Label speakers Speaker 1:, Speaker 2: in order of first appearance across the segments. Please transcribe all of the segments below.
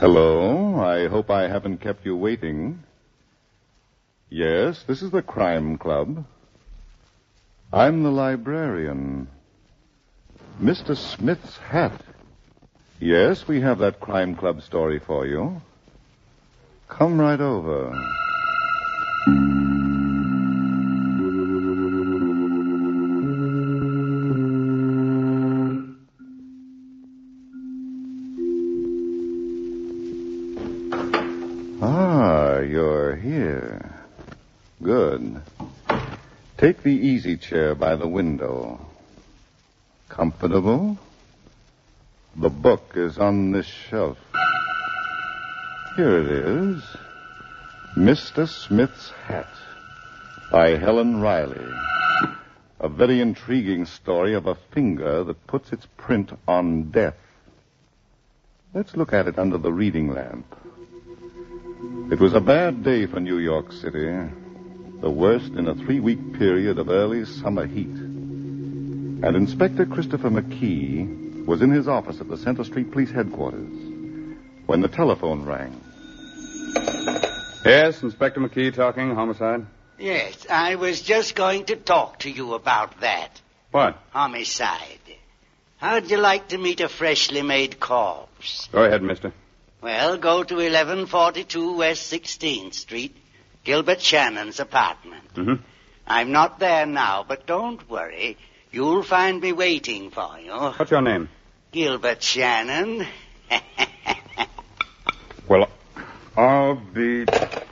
Speaker 1: Hello. I hope I haven't kept you waiting. Yes, this is the Crime Club. I'm the librarian. Mr. Smith's hat. Yes, we have that Crime Club story for you. Come right over. Ah, you're here. Good. Take the easy chair by the window. Comfortable? The book is on this shelf. Here it is Mr. Smith's Hat by Helen Riley. A very intriguing story of a finger that puts its print on death. Let's look at it under the reading lamp. It was a bad day for New York City, the worst in a three week period of early summer heat. And Inspector Christopher McKee was in his office at the Center Street Police Headquarters when the telephone rang.
Speaker 2: Yes, Inspector McKee talking, homicide.
Speaker 3: Yes, I was just going to talk to you about that.
Speaker 2: What?
Speaker 3: Homicide. How'd you like to meet a freshly made corpse?
Speaker 2: Go ahead, mister.
Speaker 3: Well, go to 1142 West 16th Street, Gilbert Shannon's apartment.
Speaker 2: Mm-hmm.
Speaker 3: I'm not there now, but don't worry. You'll find me waiting for you.
Speaker 2: What's your name?
Speaker 3: Gilbert Shannon.
Speaker 2: Well, I'll be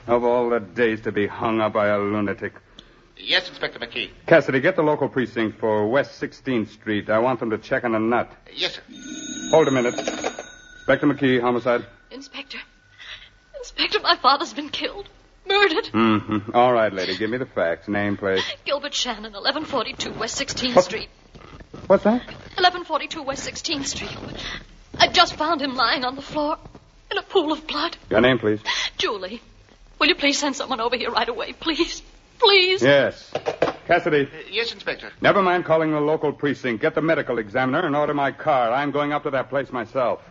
Speaker 2: of all the days to be hung up by a lunatic.
Speaker 4: Yes, Inspector McKee.
Speaker 2: Cassidy, get the local precinct for West 16th Street. I want them to check on a nut.
Speaker 4: Yes, sir.
Speaker 2: Hold a minute. Inspector McKee, homicide.
Speaker 5: Inspector. Inspector, my father's been killed. Murdered.
Speaker 2: Mm-hmm. All right, lady, give me the facts. Name, please.
Speaker 5: Gilbert Shannon, 1142 West 16th
Speaker 2: What?
Speaker 5: Street.
Speaker 2: What's that?
Speaker 5: 1142 West 16th Street. I just found him lying on the floor in a pool of blood.
Speaker 2: Your name, please.
Speaker 5: Julie, will you please send someone over here right away? Please. Please.
Speaker 2: Yes. Cassidy,
Speaker 4: Uh, yes, Inspector.
Speaker 2: never mind calling the local precinct. Get the medical examiner and order my car. I'm going up to that place myself.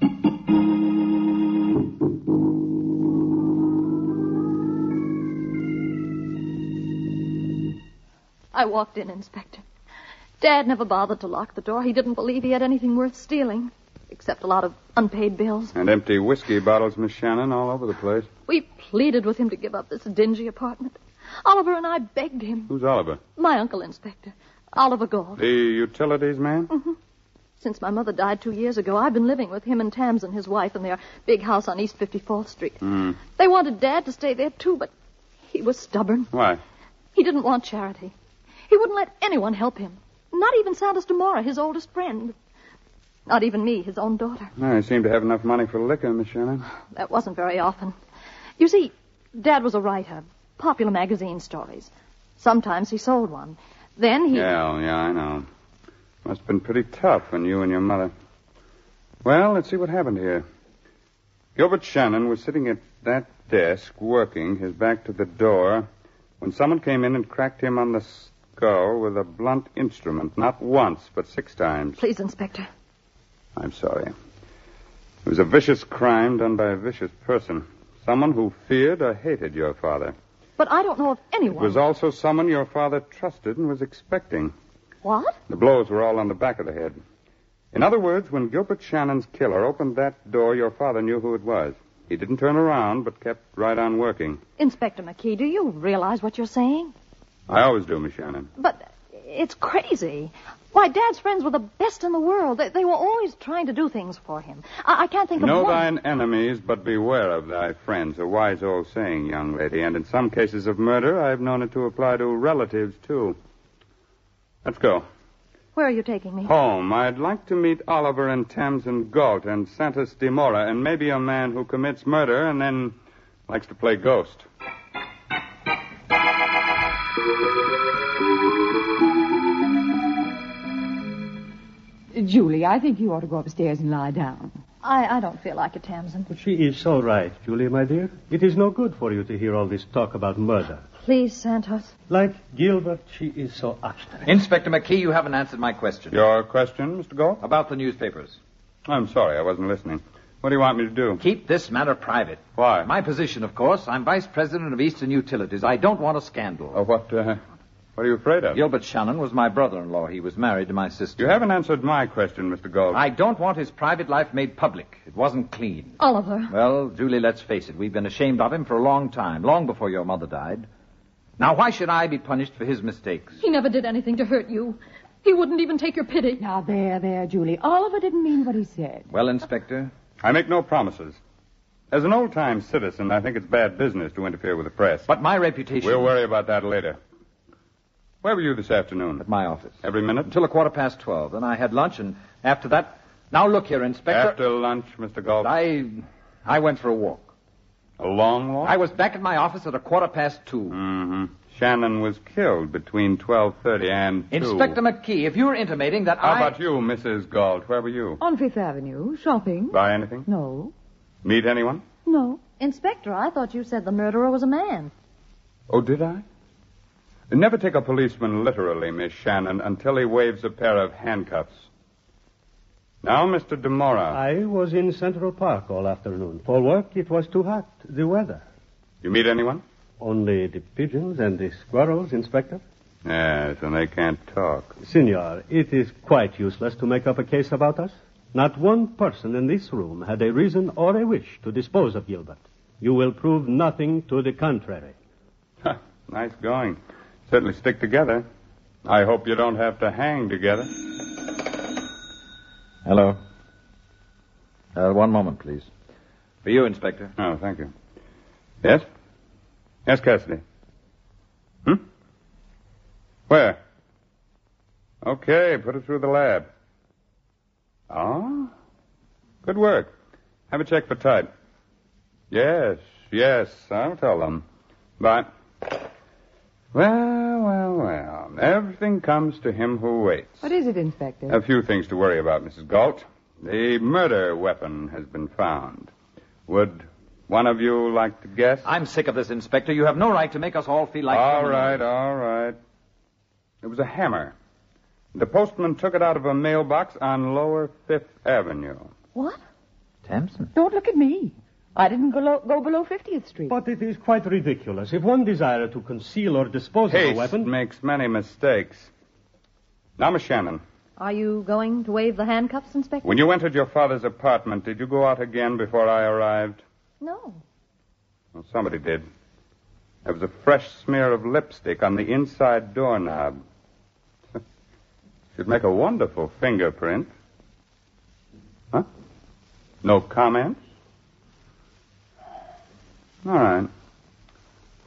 Speaker 5: I walked in, Inspector. Dad never bothered to lock the door. He didn't believe he had anything worth stealing, except a lot of unpaid bills.
Speaker 2: And empty whiskey bottles, Miss Shannon, all over the place.
Speaker 5: We pleaded with him to give up this dingy apartment. Oliver and I begged him.
Speaker 2: Who's Oliver?
Speaker 5: My uncle, Inspector. Oliver Gold.
Speaker 2: The utilities man?
Speaker 5: Since my mother died two years ago, I've been living with him and Tamsin, his wife, in their big house on East 54th Street. They wanted Dad to stay there, too, but he was stubborn.
Speaker 2: Why?
Speaker 5: He didn't want charity. He wouldn't let anyone help him. Not even Sanders Demora, his oldest friend. Not even me, his own daughter.
Speaker 2: No, he seemed to have enough money for liquor, Miss Shannon.
Speaker 5: That wasn't very often. You see, Dad was a writer, popular magazine stories. Sometimes he sold one. Then he.
Speaker 2: Yeah, oh, yeah, I know. Must have been pretty tough on you and your mother. Well, let's see what happened here. Gilbert Shannon was sitting at that desk working, his back to the door, when someone came in and cracked him on the skull with a blunt instrument, not once, but six times.
Speaker 5: Please, Inspector.
Speaker 2: I'm sorry. It was a vicious crime done by a vicious person. Someone who feared or hated your father.
Speaker 5: But I don't know of
Speaker 2: It
Speaker 5: anyone.
Speaker 2: was also someone your father trusted and was expecting.
Speaker 5: What?
Speaker 2: The blows were all on the back of the head. In other words, when Gilbert Shannon's killer opened that door, your father knew who it was. He didn't turn around, but kept right on working.
Speaker 5: Inspector McKee, do you realize what you're saying?
Speaker 2: I always do, Miss Shannon.
Speaker 5: But it's crazy. Why, Dad's friends were the best in the world. They, they were always trying to do things for him. I, I can't think of
Speaker 2: Know
Speaker 5: one.
Speaker 2: thine enemies, but beware of thy friends. A wise old saying, young lady. And in some cases of murder, I've known it to apply to relatives, too. Let's go.
Speaker 5: Where are you taking me?
Speaker 2: Home. I'd like to meet Oliver and Tamsin Galt and Santos Demora and maybe a man who commits murder and then likes to play ghost.
Speaker 6: Julie, I think you ought to go upstairs and lie down.
Speaker 5: I, I don't feel like it, Tamsin.
Speaker 7: But she is so right, Julia, my dear. It is no good for you to hear all this talk about murder.
Speaker 5: Please, Santos.
Speaker 7: Like Gilbert, she is so obstinate.
Speaker 8: Inspector McKee, you haven't answered my question.
Speaker 2: Your question, Mr. Galt?
Speaker 8: About the newspapers.
Speaker 2: I'm sorry, I wasn't listening. What do you want me to do?
Speaker 8: Keep this matter private.
Speaker 2: Why?
Speaker 8: My position, of course, I'm vice president of Eastern Utilities. I don't want a scandal.
Speaker 2: Oh, what, uh, what are you afraid of?
Speaker 8: Gilbert Shannon was my brother-in-law. He was married to my sister.
Speaker 2: You haven't answered my question, Mr. Gold.
Speaker 8: I don't want his private life made public. It wasn't clean.
Speaker 5: Oliver.
Speaker 8: Well, Julie, let's face it. We've been ashamed of him for a long time, long before your mother died. Now, why should I be punished for his mistakes?
Speaker 5: He never did anything to hurt you. He wouldn't even take your pity.
Speaker 6: Now, there, there, Julie. Oliver didn't mean what he said.
Speaker 8: Well, Inspector,
Speaker 2: I make no promises. As an old-time citizen, I think it's bad business to interfere with the press.
Speaker 8: but my reputation.
Speaker 2: We'll worry about that later. Where were you this afternoon?
Speaker 8: At my office.
Speaker 2: Every minute?
Speaker 8: Until a quarter past twelve. Then I had lunch, and after that. Now, look here, Inspector.
Speaker 2: After lunch, Mr. Gold.
Speaker 8: I. I went for a walk.
Speaker 2: A long walk?
Speaker 8: I was back at my office at a quarter past two.
Speaker 2: hmm Shannon was killed between 12.30 and 2.
Speaker 8: Inspector McKee, if you're intimating that
Speaker 2: How
Speaker 8: I.
Speaker 2: about you, Mrs. Galt? Where were you?
Speaker 6: On Fifth Avenue, shopping?
Speaker 2: Buy anything?
Speaker 6: No.
Speaker 2: Meet anyone?
Speaker 6: No.
Speaker 5: Inspector, I thought you said the murderer was a man.
Speaker 2: Oh, did I? Never take a policeman literally, Miss Shannon, until he waves a pair of handcuffs. Now, Mr. Demora,
Speaker 7: I was in Central Park all afternoon. For work, it was too hot, the weather.
Speaker 2: you meet anyone?
Speaker 7: Only the pigeons and the squirrels, Inspector.
Speaker 2: Yes, and they can't talk.
Speaker 7: Senor, it is quite useless to make up a case about us. Not one person in this room had a reason or a wish to dispose of Gilbert. You will prove nothing to the contrary.
Speaker 2: Huh, nice going. Certainly stick together. I hope you don't have to hang together.
Speaker 8: Hello. Uh, one moment, please. For you, Inspector.
Speaker 2: Oh, thank you. Yes? Yes, Cassidy. Hmm? Where? Okay, put it through the lab. Oh? Good work. Have a check for type. Yes, yes, I'll tell them. But, well, well, well, everything comes to him who waits.
Speaker 6: What is it, Inspector?
Speaker 2: A few things to worry about, Mrs. Galt. The murder weapon has been found. Would one of you like to guess?
Speaker 8: I'm sick of this, Inspector. You have no right to make us all feel like.
Speaker 2: all right, all right. It was a hammer. The postman took it out of a mailbox on Lower Fifth Avenue.
Speaker 5: What?
Speaker 8: Tamsin.
Speaker 6: Don't look at me. I didn't go, lo- go below 50th Street.
Speaker 7: But it is quite ridiculous. If one desired to conceal or dispose of a
Speaker 2: Haste
Speaker 7: weapon.
Speaker 2: makes many mistakes. Now, Miss Shannon,
Speaker 5: Are you going to waive the handcuffs, Inspector?
Speaker 2: when you entered your father's apartment, did you go out again before I arrived?
Speaker 5: No.
Speaker 2: Well, somebody did. There was a fresh smear of lipstick on the inside doorknob. Should make a wonderful fingerprint. Huh? No comments? All right.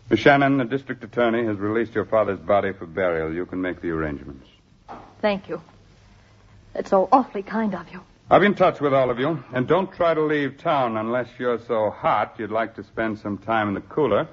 Speaker 2: Miss Shannon, the district attorney has released your father's body for burial. You can make the arrangements.
Speaker 5: Thank you. That's so awfully kind of you.
Speaker 2: I'll be in touch with all of you, and don't try to leave town unless you're so hot you'd like to spend some time in the cooler.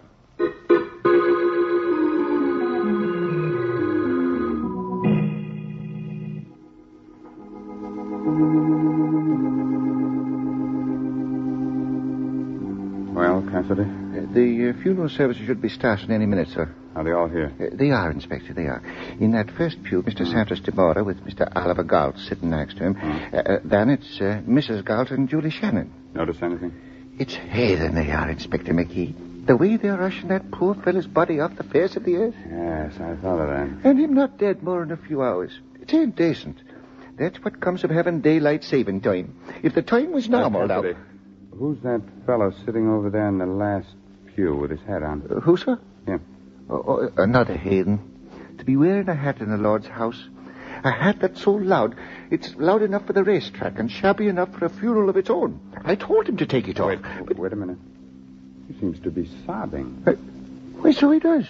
Speaker 2: Well, Cassidy,
Speaker 4: The uh, funeral services should be starting any minute, sir.
Speaker 2: are they all here? Hmm.
Speaker 4: Uh, they are, Inspector, they are. In that first pew, Mr. Santos DeBora with Mr. Oliver Galt sitting next to him.
Speaker 2: Hmm.
Speaker 4: Uh, uh, then it's uh, Mrs. Galt and Julie Shannon.
Speaker 2: Notice anything?
Speaker 4: It's heathen they are, Inspector McKee. The way they're rushing that poor fellow's body off the face of the earth.
Speaker 2: Yes, I thought of that.
Speaker 4: And him not dead more than a few hours. It ain't decent. That's what comes of having daylight saving time. If the time was normal now.
Speaker 2: Cassidy, Who's that fellow sitting over there in the last pew with his hat on?
Speaker 4: Uh, who, sir?
Speaker 2: Him.
Speaker 4: Oh, oh, another heathen. To be wearing a hat in the Lord's house. A hat that's so loud, it's loud enough for the racetrack and shabby enough for a funeral of its own. I told him to take it off.
Speaker 2: Wait, wait a minute. He seems to be sobbing.
Speaker 4: Why, so he does.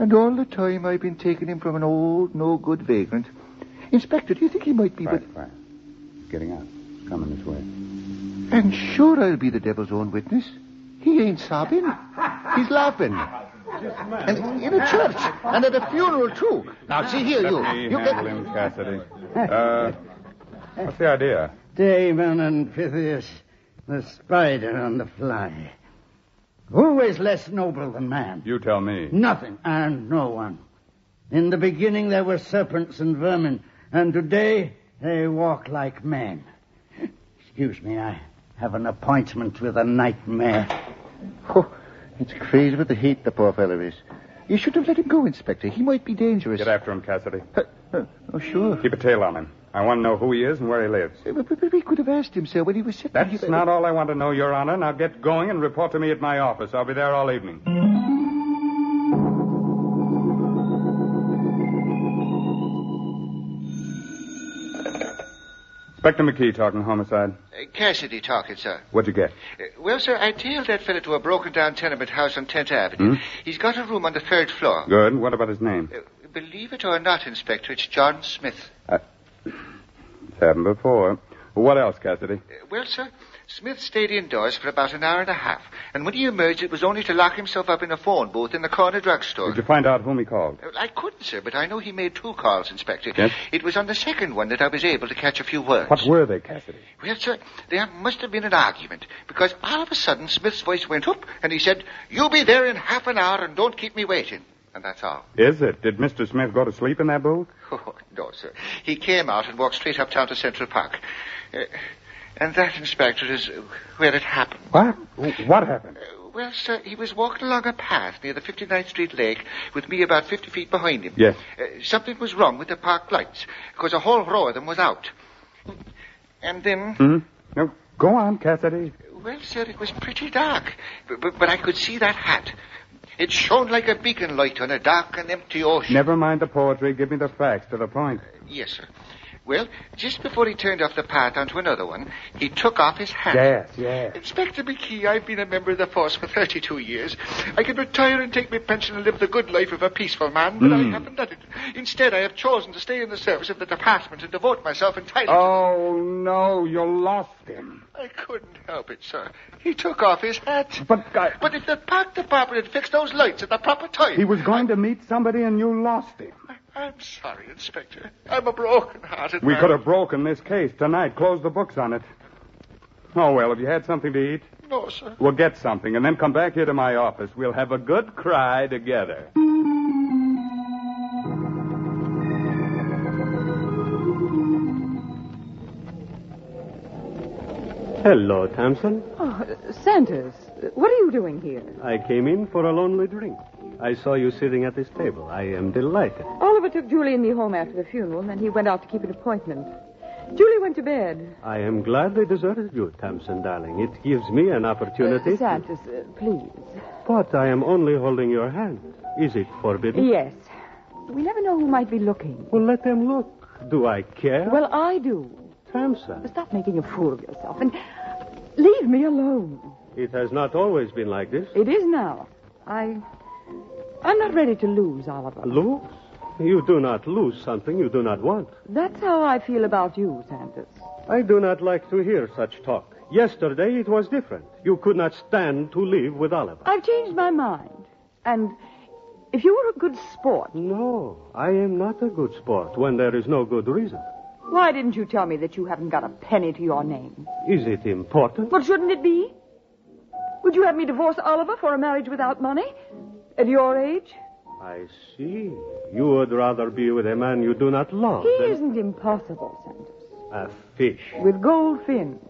Speaker 4: And all the time I've been taking him from an old, no good vagrant. Inspector, do you think he might be
Speaker 2: Quiet,
Speaker 4: with.
Speaker 2: quiet. He's getting out. He's coming this way.
Speaker 4: And sure I'll be the devil's own witness. He ain't sobbing. He's laughing. And in a church. And at a funeral, too. Now, see here, you.
Speaker 2: Let me
Speaker 4: you
Speaker 2: handle him, Cassidy. Uh, what's the idea?
Speaker 9: Damon and Pythias, the spider on the fly. Who is less noble than man?
Speaker 2: You tell me.
Speaker 9: Nothing and no one. In the beginning there were serpents and vermin, and today they walk like men. Excuse me, I, Have an appointment with a nightmare.
Speaker 4: Oh, it's crazy with the heat the poor fellow is. You should have let him go, Inspector. He might be dangerous.
Speaker 2: Get after him, Cassidy.
Speaker 4: Oh, sure.
Speaker 2: Keep a tail on him. I want to know who he is and where he lives.
Speaker 4: Eh, But, but we could have asked him, sir, when he was sitting
Speaker 2: That's not all I want to know, Your Honor. Now get going and report to me at my office. I'll be there all evening. Inspector McKee talking homicide.
Speaker 4: Uh, Cassidy talking, sir.
Speaker 2: What'd you get?
Speaker 4: well, sir, I tailed that fellow to a broken down tenement house on 10th Avenue. He's got a room on the third floor.
Speaker 2: Good. What about his name?
Speaker 4: Uh, Believe it or not, Inspector, it's John Smith.
Speaker 2: It's happened before. What else, Cassidy?
Speaker 4: Well, sir, Smith stayed indoors for about an hour and a half, and when he emerged, it was only to lock himself up in a phone booth in the corner drugstore.
Speaker 2: Did you find out whom he called?
Speaker 4: Well, I couldn't, sir, but I know he made two calls, Inspector.
Speaker 2: Yes?
Speaker 4: It was on the second one that I was able to catch a few words.
Speaker 2: What were they, Cassidy?
Speaker 4: Well, sir, there must have been an argument, because all of a sudden Smith's voice went up, and he said, You'll be there in half an hour, and don't keep me waiting. And that's all.
Speaker 2: Is it? Did Mr. Smith go to sleep in that booth?
Speaker 4: Oh, no, sir. He came out and walked straight uptown to Central Park. Uh, and that, Inspector, is uh, where it happened.
Speaker 2: What? What happened?
Speaker 4: Uh, Well, sir, he was walking along a path near the 59th Street Lake with me about 50 feet behind him.
Speaker 2: Yes.
Speaker 4: Uh, something was wrong with the park lights because a whole row of them was out. And then,
Speaker 2: Hmm? No, go on, Cassidy.
Speaker 4: well, sir, it was pretty dark, but, but, but I could see that hat. It shone like a beacon light on a dark and empty ocean.
Speaker 2: Never mind the poetry. Give me the facts to the point.
Speaker 4: Yes, sir. Well, just before he turned off the path onto another one, he took off his hat.
Speaker 2: Yes, yes.
Speaker 4: Inspector McKee, I've been a member of the force for 32 years. I could retire and take my pension and live the good life of a peaceful man, but
Speaker 2: Hmm.
Speaker 4: I haven't done it. Instead, I have chosen to stay in the service of the department and devote myself entirely.
Speaker 2: Oh, no, you lost him.
Speaker 4: I couldn't help it, sir. He took off his hat.
Speaker 2: But I-
Speaker 4: But if the park department had fixed those lights at the proper time...
Speaker 2: He was going to meet somebody and you lost him.
Speaker 4: I'm sorry, Inspector. I'm a broken-hearted
Speaker 2: We
Speaker 4: man.
Speaker 2: could have broken this case tonight, closed the books on it. Oh, well, have you had something to eat?
Speaker 4: No, sir.
Speaker 2: We'll get something and then come back here to my office. We'll have a good cry together.
Speaker 7: Hello, Thompson.
Speaker 6: Oh, uh, Santos, uh, what are you doing here?
Speaker 7: I came in for a lonely drink. I saw you sitting at this table. I am delighted.
Speaker 6: Oliver took Julie and me home after the funeral, and then he went out to keep an appointment. Julie went to bed.
Speaker 7: I am glad they deserted you, Thompson, darling. It gives me an opportunity.
Speaker 6: Uh,
Speaker 7: to-
Speaker 6: Santos, uh, please.
Speaker 7: But I am only holding your hand. Is it forbidden?
Speaker 6: Yes. We never know who might be looking.
Speaker 7: Well, let them look. Do I care?
Speaker 6: Well, I do.
Speaker 7: Thompson,
Speaker 6: Stop making a fool of yourself and leave me alone.
Speaker 7: it has not always been like this.
Speaker 6: It is now. I. I'm not ready to lose, Oliver.
Speaker 7: Lose? You do not lose something you do not want.
Speaker 6: That's how I feel about you, Santos.
Speaker 7: I do not like to hear such talk. Yesterday it was different. You could not stand to live with Oliver.
Speaker 6: I've changed my mind. And if you were a good sport,
Speaker 7: No, I am not a good sport when there is no good reason.
Speaker 6: why didn't you tell me that you haven't got a penny to your name?
Speaker 7: Is it important?
Speaker 6: Well, shouldn't it be? Would you have me divorce Oliver for a marriage without money? At your age?
Speaker 7: I see. You would rather be with a man you do not love
Speaker 6: He
Speaker 7: than
Speaker 6: isn't impossible, Santos.
Speaker 7: a fish.
Speaker 6: With gold fins.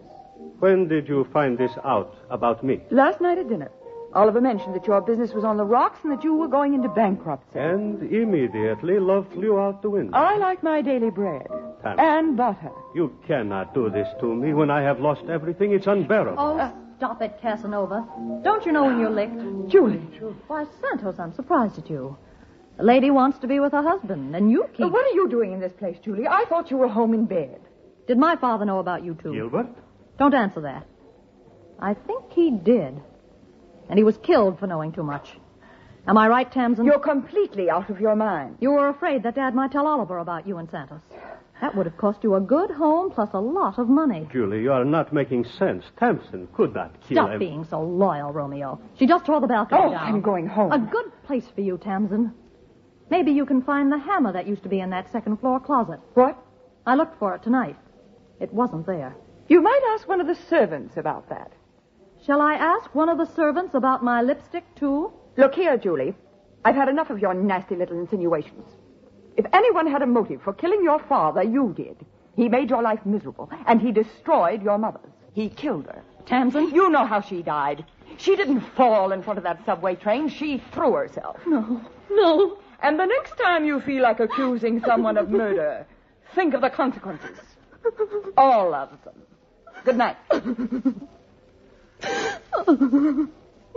Speaker 7: When did you find this out about me?
Speaker 6: Last night at dinner, Oliver mentioned that your business was on the rocks and that you were going into bankruptcy.
Speaker 7: And immediately love flew out the window.
Speaker 6: I like my daily bread
Speaker 7: Pam.
Speaker 6: and butter.
Speaker 7: You cannot do this to me when I have lost everything. It's unbearable.
Speaker 5: Oh, stop it, Casanova. Don't you know when you're licked?
Speaker 6: Julie,
Speaker 5: Why, Santos, I'm surprised at you. A lady wants to be with her husband, and you keep.
Speaker 6: what are you doing in this place, Julie? I thought you were home in bed.
Speaker 5: Did my father know about you two?
Speaker 7: Gilbert?
Speaker 5: Don't answer that. I think he did. And he was killed for knowing too much. Am I right, Tamsin?
Speaker 6: You're completely out of your mind.
Speaker 5: You were afraid that Dad might tell Oliver about you and Santos. That would have cost you a good home plus a lot of money.
Speaker 7: Julie, you are not making sense. Tamsin could not kill
Speaker 5: Stop
Speaker 7: him.
Speaker 5: being so loyal, Romeo. She just tore the balcony
Speaker 6: Oh,
Speaker 5: down.
Speaker 6: I'm going home.
Speaker 5: A good place for you, Tamsin. Maybe you can find the hammer that used to be in that second floor closet.
Speaker 6: What?
Speaker 5: I looked for it tonight. It wasn't there.
Speaker 6: You might ask one of the servants about that.
Speaker 5: Shall I ask one of the servants about my lipstick, too?
Speaker 6: Look here, Julie. I've had enough of your nasty little insinuations. If anyone had a motive for killing your father, you did. He made your life miserable, and he destroyed your mother's. He killed her.
Speaker 10: Tamsin?
Speaker 5: You know how she died. She didn't fall in front of that subway train. She threw herself.
Speaker 10: No. No.
Speaker 5: And the next time you feel like accusing someone of murder, think of the consequences. All of them. Good night.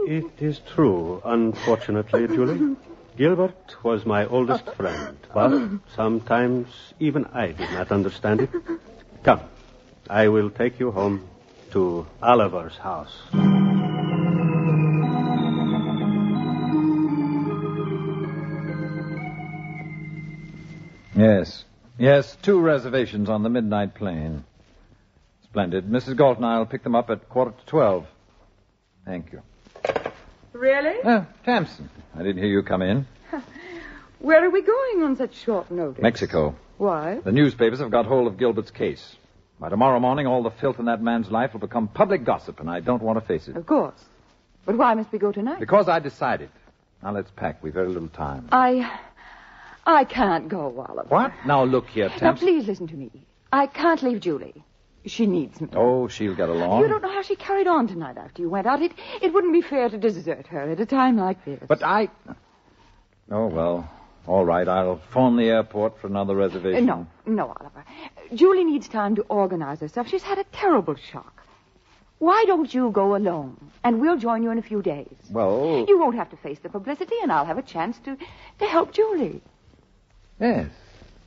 Speaker 7: It is true, unfortunately, Julie. Gilbert was my oldest friend, but sometimes even I did not understand it. Come, I will take you home to Oliver's house.
Speaker 8: Yes. Yes, two reservations on the midnight plane. Splendid. Mrs. Galt and I'll pick them up at quarter to twelve. Thank you.
Speaker 6: Really?
Speaker 8: Oh, Tamsin, I didn't hear you come in.
Speaker 6: Where are we going on such short notice?
Speaker 8: Mexico.
Speaker 6: Why?
Speaker 8: The newspapers have got hold of Gilbert's case. By tomorrow morning, all the filth in that man's life will become public gossip, and I don't want to face it.
Speaker 6: Of course. But why must we go tonight?
Speaker 8: Because I decided. Now let's pack. We've very little time.
Speaker 6: I. I can't go, Oliver.
Speaker 8: What? Now look here,
Speaker 6: Now,
Speaker 8: Tamsin.
Speaker 6: please listen to me. I can't leave Julie. She needs me.
Speaker 8: Oh, she'll get along.
Speaker 6: You don't know how she carried on tonight after you went out. It, it wouldn't be fair to desert her at a time like this.
Speaker 8: But I. Oh, well. All right, I'll phone the airport for another
Speaker 6: Uh,
Speaker 8: reservation.
Speaker 6: no, no, Oliver. Julie needs time to organize herself. She's had a terrible shock. Why don't you go alone? And we'll join you in a few days.
Speaker 8: Well,
Speaker 6: You won't have to face the publicity, and I'll have a chance to, to help Julie.
Speaker 8: yes.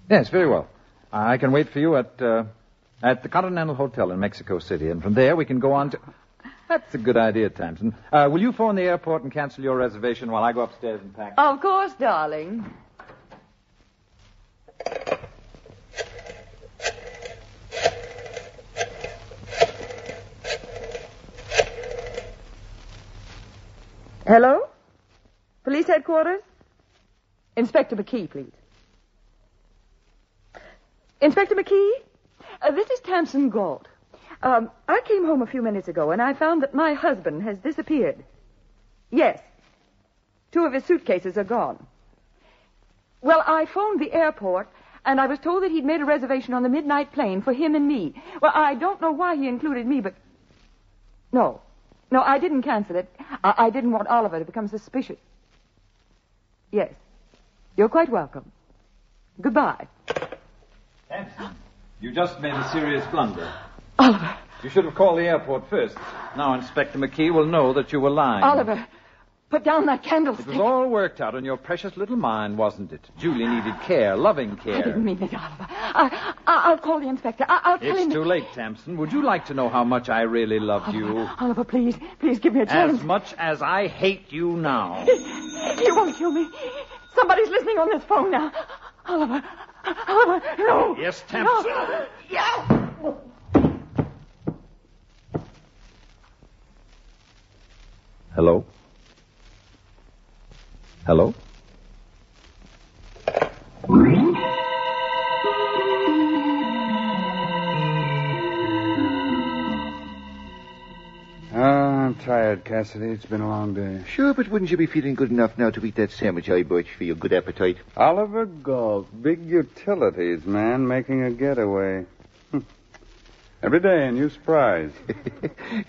Speaker 8: Yes, very well. I can wait for you at, uh, at the Continental Hotel in Mexico City, and from there we can go on to. That's a good idea, Tamsin. Uh, will you phone the airport and cancel your reservation while I go upstairs and pack?
Speaker 6: Of course, darling.
Speaker 5: Hello? Police headquarters? Inspector McKee, please. Inspector McKee?
Speaker 6: Uh, this is Tamsin Galt.
Speaker 5: Um, I came home a few minutes ago and I found that my husband has disappeared. Yes. Two of his suitcases are gone. Well, I phoned the airport and I was told that he'd made a reservation on the midnight plane for him and me. Well, I don't know why he included me, but. No. No, I didn't cancel it. I, I didn't want Oliver to become suspicious. Yes. You're quite welcome. Goodbye.
Speaker 8: Tamsin, you just made a serious blunder. Oliver. You should have called the airport first. Now Inspector McKee will know that you were lying.
Speaker 6: Oliver, put down that
Speaker 8: It
Speaker 6: candlestick.
Speaker 8: was all worked out in your precious little mind, wasn't it? Julie needed care, loving care.
Speaker 6: I didn't mean it, Oliver. I, I, I'll call the inspector. I, I'll tell him.
Speaker 8: It's too late, Tamsin. Would you like to know how much I really
Speaker 6: Oh,
Speaker 8: loved you?
Speaker 6: Oliver, please, please give me a chance.
Speaker 8: As much as I hate you now.
Speaker 6: You won't kill me. Somebody's listening on this phone now. Oliver, Oliver, no.
Speaker 8: Yes, Tamsin.
Speaker 6: No. Yeah.
Speaker 8: Hello? Hello?
Speaker 2: Ah, I'm tired, Cassidy. It's been a long day.
Speaker 4: Sure, but wouldn't you be feeling good enough now to eat that sandwich I bought you for your good appetite?
Speaker 2: Oliver Galt, big utilities man making a getaway. Hmm. Every day a new surprise.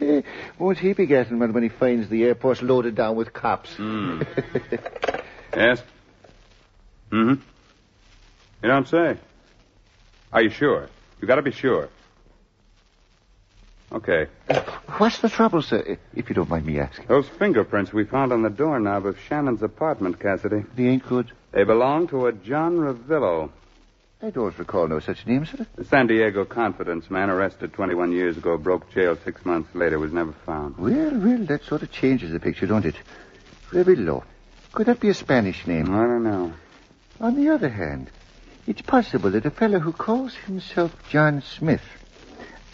Speaker 4: Eh, Won't he be Gatlinman when he finds the airport's loaded down with cops?
Speaker 2: Hmm. Yes? Mm hmm. You don't say. Are you sure? You gotta be sure. Okay.
Speaker 4: What's the trouble, sir? If you don't mind me asking.
Speaker 2: Those fingerprints we found on the doorknob of Shannon's apartment, Cassidy,
Speaker 4: They ain't good.
Speaker 2: they belong to a John Ravillo,
Speaker 4: I don't recall no such name, sir.
Speaker 2: the San Diego confidence man arrested 21 years ago, broke jail six months later, was never found.
Speaker 4: Well, well, that sort of changes the picture, don't it? Revillo. Could that be a Spanish
Speaker 2: I
Speaker 4: name?
Speaker 2: don't know.
Speaker 4: On the other hand, it's possible that a fellow who calls himself John Smith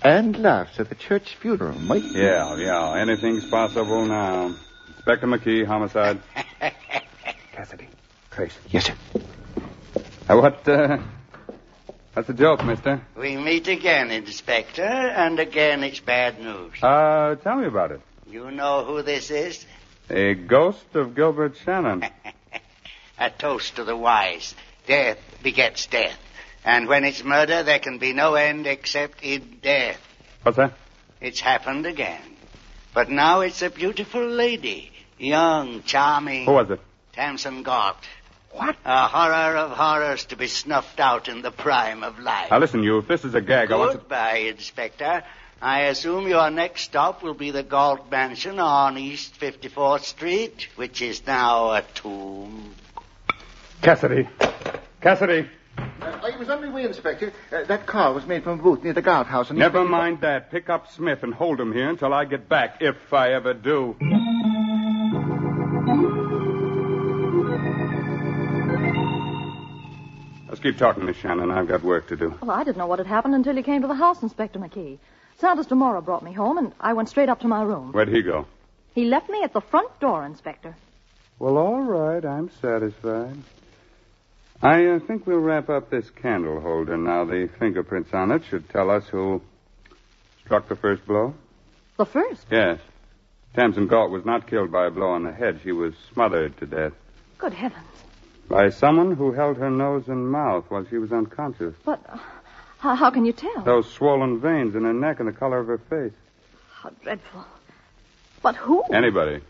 Speaker 4: and laughs at the church funeral might.
Speaker 2: Yeah, yeah, anything's possible now. Inspector McKee, homicide. Cassidy, Trace.
Speaker 4: Yes, sir.
Speaker 2: Uh, what, uh, what's the joke, mister?
Speaker 3: We meet again, Inspector, and again it's bad news.
Speaker 2: Uh, tell me about it.
Speaker 3: You know who this is?
Speaker 2: The ghost of Gilbert Shannon.
Speaker 3: A toast to the wise. Death begets death. And when it's murder, there can be no end except in death.
Speaker 2: What's that?
Speaker 3: It's happened again. But now it's a beautiful lady. Young, charming.
Speaker 2: Who was it?
Speaker 3: Tamsin Galt. What? A horror of horrors to be snuffed out in the prime of life.
Speaker 2: Now, listen, you, if this is a gag, I want to...
Speaker 3: Goodbye, Inspector. I assume your next stop will be the Galt Mansion on East 54th Street, which is now a tomb.
Speaker 2: Cassidy. Cassidy.
Speaker 11: I Uh, was on my way, Inspector. Uh, that car was made from wood near the guardhouse. and-
Speaker 2: Never mind that. Pick up Smith and hold him here until I get back, if I ever do. Let's keep talking, Miss Shannon. I've got work to do.
Speaker 5: Well, I didn't know what had happened until you came to the house, Inspector McKee. Santos Demora brought me home, and I went straight up to my room.
Speaker 2: Where'd he go?
Speaker 5: He left me at the front door, Inspector.
Speaker 2: Well, all right. I'm satisfied. I uh, think we'll wrap up this candle holder now. The fingerprints on it should tell us who struck the first blow.
Speaker 5: The first?
Speaker 2: Yes. Tamsin Galt was not killed by a blow on the head. She was smothered to death
Speaker 5: Good heavens.
Speaker 2: by someone who held her nose and mouth while she was unconscious.
Speaker 5: But uh, how, how can you tell?
Speaker 2: Those swollen veins in her neck and the color of her face.
Speaker 5: How dreadful. But who?
Speaker 2: Anybody.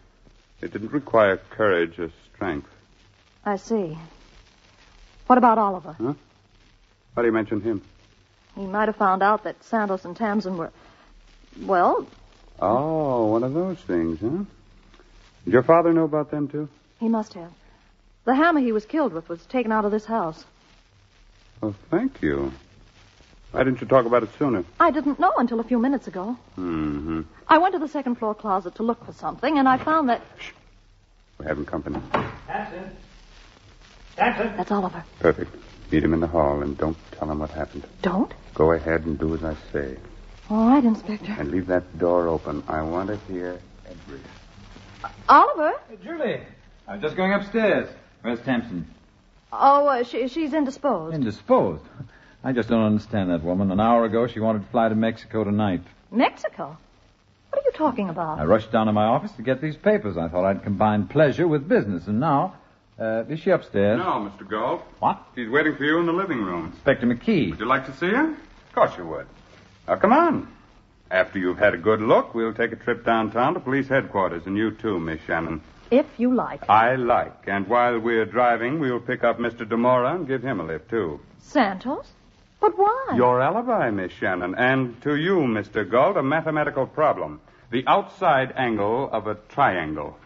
Speaker 2: It didn't require courage or strength.
Speaker 5: I see. What about Oliver?
Speaker 2: Why do you mention him?
Speaker 5: He might have found out that Santos and Tamsin were. Well,
Speaker 2: Oh, one of those things, huh? Did your father know about them, too?
Speaker 5: he must have. The hammer he was killed with was taken out of this house.
Speaker 2: Well, thank you. Why didn't you talk about it sooner?
Speaker 5: I didn't know until a few minutes ago.
Speaker 2: Mm-hmm.
Speaker 5: I went to the second floor closet to look for something, and I found that.
Speaker 2: We're having company.
Speaker 5: Tamsin! Tamsin! That's Oliver.
Speaker 2: Perfect. Meet him in the hall and don't tell him what happened.
Speaker 5: Don't?
Speaker 2: Go ahead and do as I say.
Speaker 5: All right, Inspector.
Speaker 2: And leave that door open. I want to hear everything.
Speaker 5: Oliver?
Speaker 8: Julie. I'm just going upstairs. Where's Tamsin?
Speaker 5: Oh, uh, she, she's indisposed.
Speaker 8: Indisposed. I just don't understand that woman. An hour ago, she wanted to fly to Mexico tonight.
Speaker 5: Mexico? What are you talking about?
Speaker 8: I rushed down to my office to get these papers. I thought I'd combine pleasure with business, and now. Uh, is she upstairs?
Speaker 2: No, Mr. Galt.
Speaker 8: What?
Speaker 2: She's waiting for you in the living room.
Speaker 8: Inspector McKee.
Speaker 2: Would you like to see her? Of course you would. Now, come on. After you've had a good look, we'll take a trip downtown to police headquarters, and you too, Miss Shannon.
Speaker 5: If you like.
Speaker 2: I like. And while we're driving, we'll pick up Mr. Demora and give him a lift, too.
Speaker 5: Santos? But why?
Speaker 2: Your alibi, Miss Shannon, and to you, Mr. Galt, a mathematical problem. The outside angle of a triangle.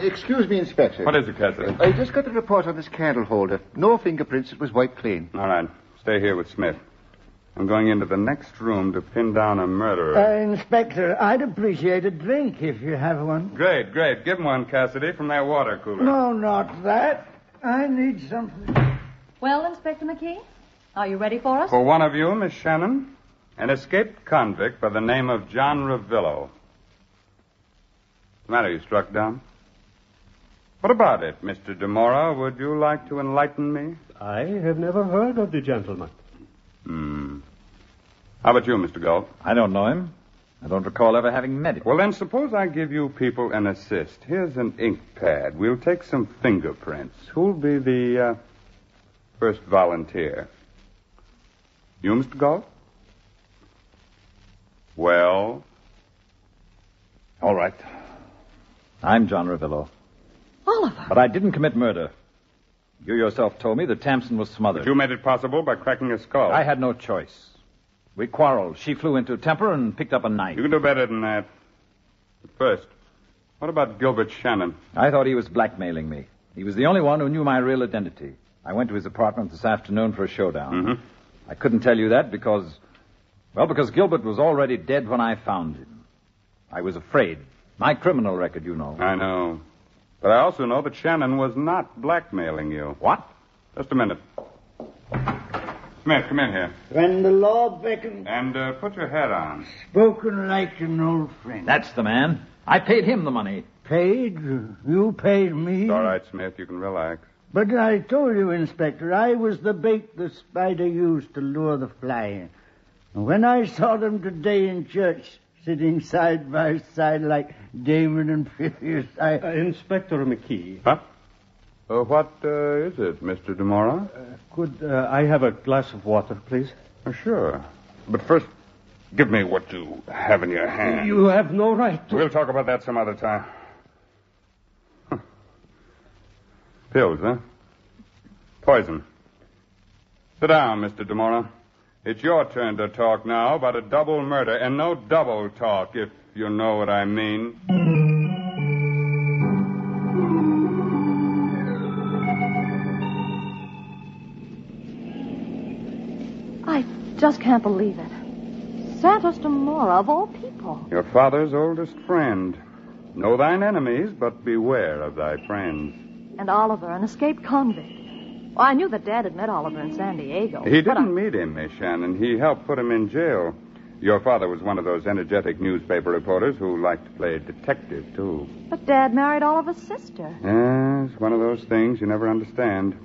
Speaker 11: Excuse me, Inspector.
Speaker 2: What is it, Cassidy?
Speaker 11: I just got the report on this candle holder. No fingerprints. It was wiped clean.
Speaker 2: All right. Stay here with Smith. I'm going into the next room to pin down a murderer.
Speaker 9: Uh, Inspector, I'd appreciate a drink if you have one.
Speaker 2: Great, great. Give him one, Cassidy, from that water cooler.
Speaker 9: No, not that. I need something.
Speaker 5: Well, Inspector McKee, are you ready for us?
Speaker 2: For one of you, Miss Shannon, an escaped convict by the name of John Ravillo. Matter you struck down? What about it, Mr. Demora? Would you like to enlighten me?
Speaker 7: I have never heard of the gentleman.
Speaker 2: Hmm. How about you, Mr. Galt?
Speaker 8: I don't know him. I don't recall ever having met him.
Speaker 2: Well, then, suppose I give you people an assist. Here's an ink pad. We'll take some fingerprints. Who'll be the uh, first volunteer? You, Mr. Galt? Well? All right.
Speaker 8: I'm John Ravillo.
Speaker 5: Oliver.
Speaker 8: But I didn't commit murder. You yourself told me that Tamsin was smothered.
Speaker 2: But you made it possible by cracking a skull.
Speaker 8: I had no choice. We quarreled. She flew into a temper and picked up a knife.
Speaker 2: You can do better than that. But first, what about Gilbert Shannon?
Speaker 8: I thought he was blackmailing me. He was the only one who knew my real identity. I went to his apartment this afternoon for a showdown.
Speaker 2: Mm-hmm.
Speaker 8: I couldn't tell you that because, well, because Gilbert was already dead when I found him. I was afraid. My criminal record, you know.
Speaker 2: I know. But I also know that Shannon was not blackmailing you.
Speaker 8: What?
Speaker 2: Just a minute. Smith, come in here.
Speaker 9: When the law beckons,
Speaker 2: And uh, put your hat on.
Speaker 9: spoken like an old friend.
Speaker 8: That's the man. I paid him the money.
Speaker 9: Paid? You paid me?
Speaker 2: It's all right, Smith. You can relax.
Speaker 9: But I told you, Inspector, I was the bait the spider used to lure the fly. And When I saw them today in church, sitting side by side like Damon and Pythias, I...
Speaker 7: Uh, Inspector McKee.
Speaker 2: Huh? Uh, what uh, is it, Mr. Demora?
Speaker 7: Could uh, I have a glass of water, please?
Speaker 2: Uh, sure. But first, give me what you have in your hand.
Speaker 7: You have no right
Speaker 2: We'll talk about that some other time. Huh. Pills, huh? Poison. Sit down, Mr. Demora. It's your turn to talk now about a double murder, and no double talk, if you know what I mean.
Speaker 5: I just can't believe it. Santos Demora, of all people.
Speaker 2: Your father's oldest friend. Know thine enemies, but beware of thy friends.
Speaker 5: And Oliver, an escaped convict. Well, I knew that Dad had met Oliver in San Diego.
Speaker 2: He
Speaker 5: but I-
Speaker 2: didn't meet him, Miss Shannon. He helped put him in jail. Your father was one of those energetic newspaper reporters who liked to play detective, too.
Speaker 5: But Dad married Oliver's sister.
Speaker 2: Yes, one of those things you never understand.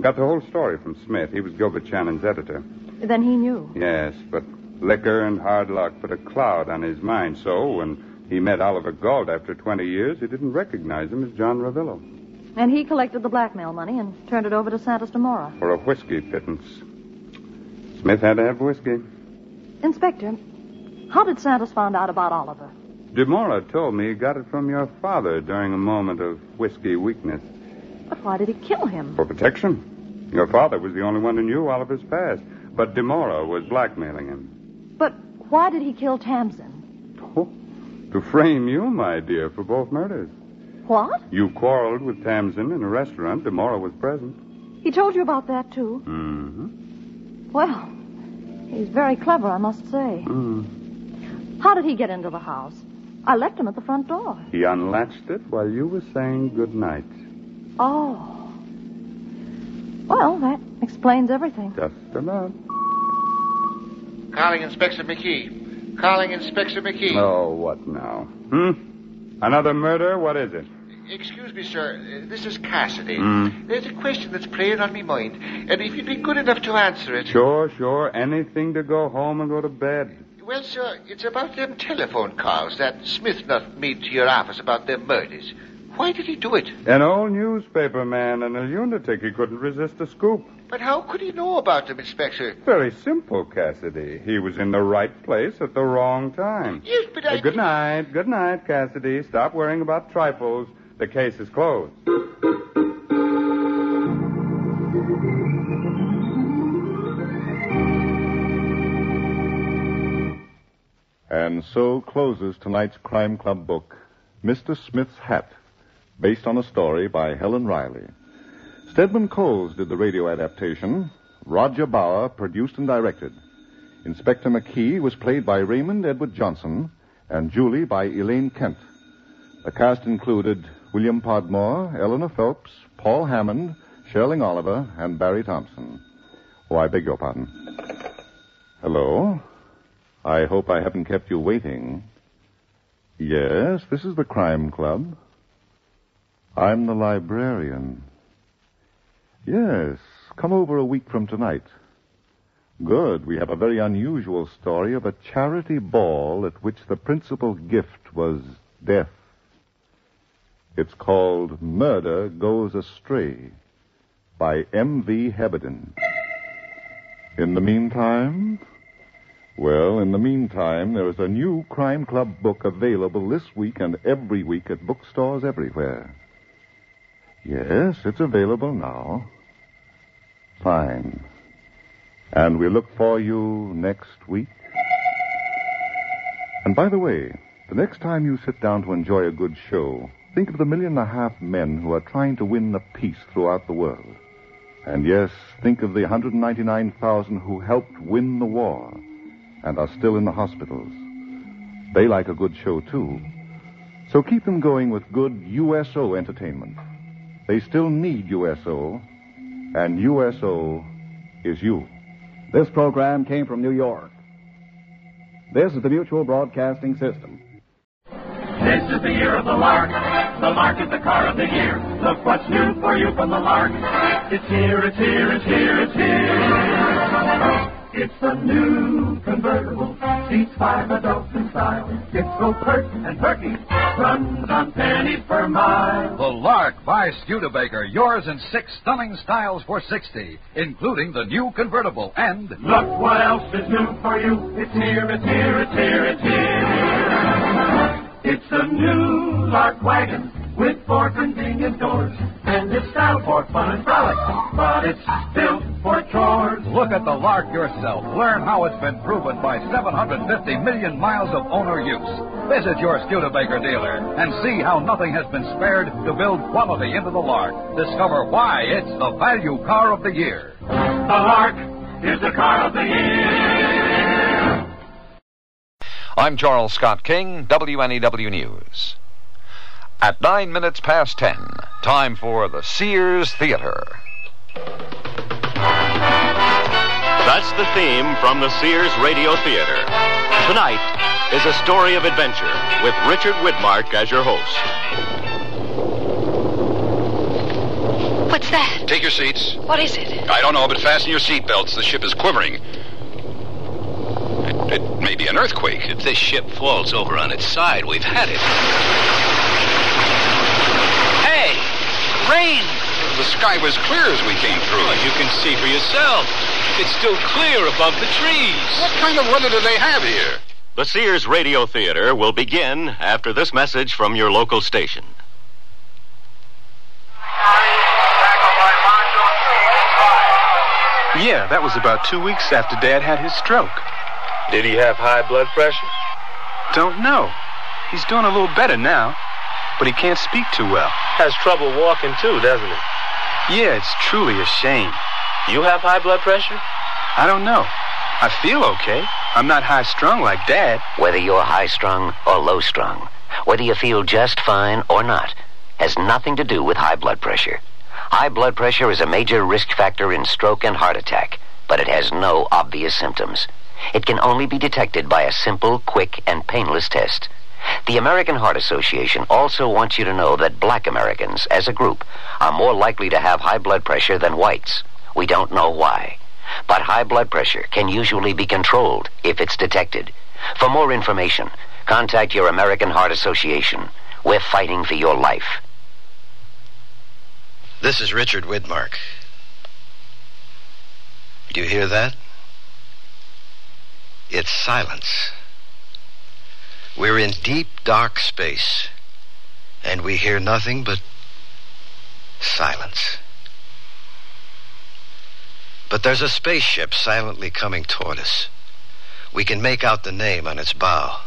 Speaker 2: Got the whole story from Smith. He was Gilbert Shannon's editor.
Speaker 5: Then he knew.
Speaker 2: Yes, but liquor and hard luck put a cloud on his mind, so when he met Oliver Galt after 20 years, he didn't recognize him as John Ravillo.
Speaker 5: And he collected the blackmail money and turned it over to Santos Demora.
Speaker 2: for a whiskey pittance. Smith had to have whiskey.
Speaker 5: Inspector, how did Santos find out about Oliver?
Speaker 2: Demora told me he got it from your father during a moment of whiskey weakness.
Speaker 5: But why did he kill him?
Speaker 2: For protection. Your father was the only one who knew Oliver's past, but Demora was blackmailing him.
Speaker 5: But why did he kill Tamsin?
Speaker 2: To frame you, my dear, for both murders.
Speaker 5: What?
Speaker 2: You quarreled with Tamsin in a restaurant. Demora was present.
Speaker 5: He told you about that, too.
Speaker 2: Mm-hmm.
Speaker 5: Well, he's very clever, I must say.
Speaker 2: Mm-hmm.
Speaker 5: How did he get into the house? I left him at the front door.
Speaker 2: He unlatched it while you were saying goodnight.
Speaker 5: Oh. Well, that explains everything.
Speaker 2: Just about.
Speaker 4: Calling Inspector McKee. Calling Inspector McKee.
Speaker 2: Oh, what now? Hmm? Another murder? What is it?
Speaker 4: Excuse me, sir. Uh, This is Cassidy.
Speaker 2: Mm.
Speaker 4: There's a question that's playing on me mind, and if you'd be good enough to answer it.
Speaker 2: Sure, sure. Anything to go home and go to bed.
Speaker 4: Well, sir, it's about them telephone calls that Smith not made to your office about them murders. Why did he do it?
Speaker 2: An old newspaper man and a lunatic. He couldn't resist a scoop.
Speaker 4: But how could he know about them, Inspector?
Speaker 2: Very simple, Cassidy. He was in the right place at the wrong time.
Speaker 4: Yes, but I.
Speaker 2: Uh, good night. Good night, Cassidy. Stop worrying about trifles. The case is closed.
Speaker 1: And so closes tonight's Crime Club book, Mr. Smith's Hat, based on a story by Helen Riley. Stedman Coles did the radio adaptation. Roger Bauer produced and directed. Inspector McKee was played by Raymond Edward Johnson and Julie by Elaine Kent. The cast included William Podmore, Eleanor Phelps, Paul Hammond, Sherling Oliver, and Barry Thompson. Oh, I beg your pardon. Hello? I hope I haven't kept you waiting. Yes, this is the crime club. I'm the librarian. Yes, come over a week from tonight. Good, we have a very unusual story of a charity ball at which the principal gift was death. It's called Murder Goes Astray by M.V. Hebden. In the meantime, well, in the meantime, there is a new Crime Club book available this week and every week at bookstores everywhere. Yes, it's available now. Fine. And we look for you next week. And by the way, the next time you sit down to enjoy a good show, think of the million and a half men who are trying to win the peace throughout the world. And yes, think of the 199,000 who helped win the war and are still in the hospitals. They like a good show, too. So keep them going with good USO entertainment. They still need USO, and USO is you.
Speaker 12: This program came from New York. This is the Mutual Broadcasting System.
Speaker 13: This is the year of the lark. The lark is the car of the year. Look what's new for you from the lark. It's here, it's here, it's here, it's here. It's the new convertible. Seats five adults in style. It's so pert and perky. Runs on pennies per mile.
Speaker 14: The Lark by Studebaker, yours in six stunning styles for 60, including the new convertible and.
Speaker 13: Look what else is new for you. It's here, it's here, it's here, it's here. It's the new Lark wagon with four convenient doors. And it's style for fun and frolic, but it's built for chores.
Speaker 14: Look at the Lark yourself. Learn how it's been proven by 750 million miles of owner use. Visit your Studebaker dealer and see how nothing has been spared to build quality into the Lark. Discover why it's the value car of the year.
Speaker 13: The Lark is the car of the year.
Speaker 8: I'm Charles Scott King, WNEW News. At nine minutes past ten, time for the Sears Theater.
Speaker 15: That's the theme from the Sears Radio Theater. Tonight is a story of adventure with Richard Widmark as your host.
Speaker 16: What's that?
Speaker 17: Take your seats.
Speaker 16: What is it?
Speaker 17: I don't know, but fasten your seatbelts. The ship is quivering. It, it may be an earthquake.
Speaker 18: If this ship falls over on its side, we've had it.
Speaker 17: Hey! Rain! The sky was clear as we came through. you can see for yourself. It's still clear above the trees. What kind of weather do they have here?
Speaker 15: The Sears Radio Theater will begin after this message from your local station.
Speaker 19: Yeah, that was about two weeks after Dad had his stroke. Did he have high blood pressure? Don't know. He's doing a little better now, but he can't speak too well. Has trouble walking too, doesn't he? Yeah, it's truly a shame. You have high blood pressure? I don't know. I feel okay. I'm not high strung like Dad.
Speaker 20: Whether you're high strung or low strung, whether you feel just fine or not, has nothing to do with high blood pressure. High blood pressure is a major risk factor in stroke and heart attack, but it has no obvious symptoms. It can only be detected by a simple, quick, and painless test. The American Heart Association also wants you to know that black Americans, as a group, are more likely to have high blood pressure than whites. We don't know why. But high blood pressure can usually be controlled if it's detected. For more information, contact your American Heart Association. We're fighting for your life.
Speaker 18: This is Richard Widmark. Do you hear that? It's silence. We're in deep, dark space, and we hear nothing but silence. But there's a spaceship silently coming toward us. We can make out the name on its bow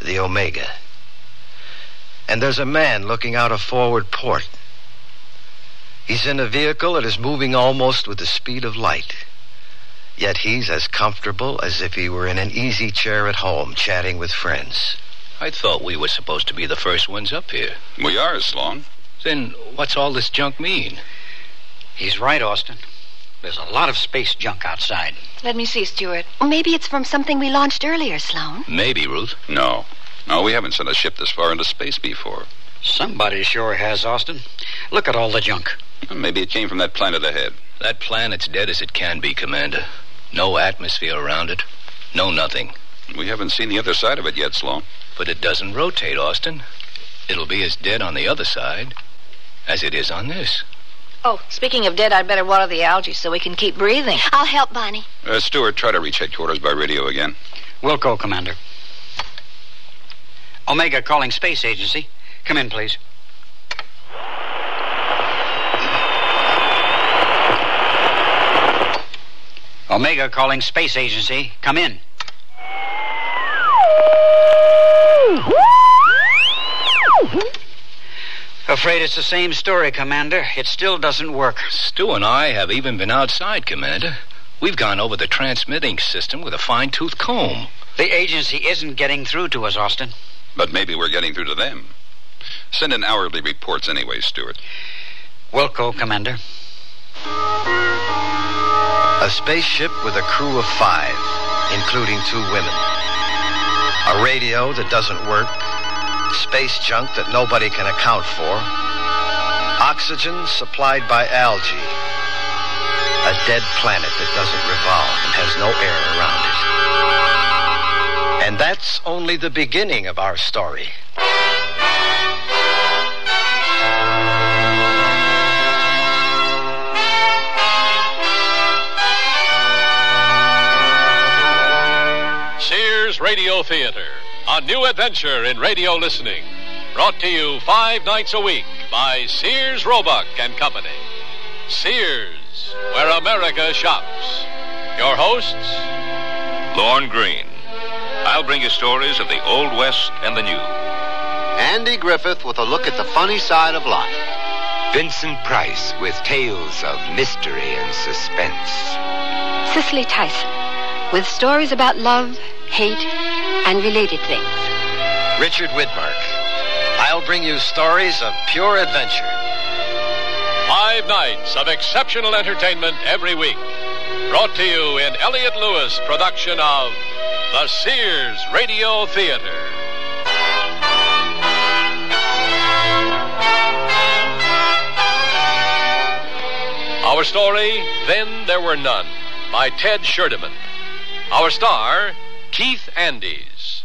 Speaker 18: the Omega. And there's a man looking out a forward port. He's in a vehicle that is moving almost with the speed of light. Yet he's as comfortable as if he were in an easy chair at home chatting with friends. I thought we were supposed to be the first ones up here.
Speaker 17: We are, Sloan.
Speaker 18: Then what's all this junk mean?
Speaker 21: He's right, Austin. There's a lot of space junk outside.
Speaker 16: Let me see, Stuart. Maybe it's from something we launched earlier, Sloan.
Speaker 17: Maybe, Ruth. No. No, we haven't sent a ship this far into space before.
Speaker 21: Somebody sure has, Austin. Look at all the junk.
Speaker 17: Maybe it came from that planet ahead.
Speaker 18: That planet's dead as it can be, Commander. No atmosphere around it. No nothing.
Speaker 17: We haven't seen the other side of it yet, Sloan.
Speaker 18: But it doesn't rotate, Austin. It'll be as dead on the other side as it is on this.
Speaker 16: Oh, speaking of dead, I'd better water the algae so we can keep breathing. I'll help, Bonnie.
Speaker 17: Uh, Stuart, try to reach headquarters by radio again.
Speaker 21: We'll go, Commander. Omega calling Space Agency. Come in, please. Omega calling Space Agency. Come in. Afraid it's the same story, Commander. It still doesn't work.
Speaker 18: Stu and I have even been outside, Commander. We've gone over the transmitting system with a fine tooth comb.
Speaker 21: The agency isn't getting through to us, Austin.
Speaker 17: But maybe we're getting through to them. Send in hourly reports anyway, Stuart.
Speaker 21: Wilco, Commander.
Speaker 18: A spaceship with a crew of five, including two women. A radio that doesn't work. Space junk that nobody can account for. Oxygen supplied by algae. A dead planet that doesn't revolve and has no air that's only the beginning of our story.
Speaker 22: Sears Radio Theater, a new adventure in radio listening. Brought to you five nights a week by Sears Roebuck and Company. Sears, where America shops. Your hosts,
Speaker 17: Lorne Green. I'll bring you stories of the Old West and the New.
Speaker 23: Andy Griffith with a look at the funny side of life. Vincent Price with tales of mystery and suspense.
Speaker 24: Cicely Tyson, with stories about love, hate, and related things.
Speaker 18: Richard Widmark. I'll bring you stories of pure adventure.
Speaker 22: five nights of exceptional entertainment every week. Brought to you in Elliot Lewis production of the Sears Radio Theater. Our story, Then There Were None, by Ted Sherdeman. Our star, Keith Andes.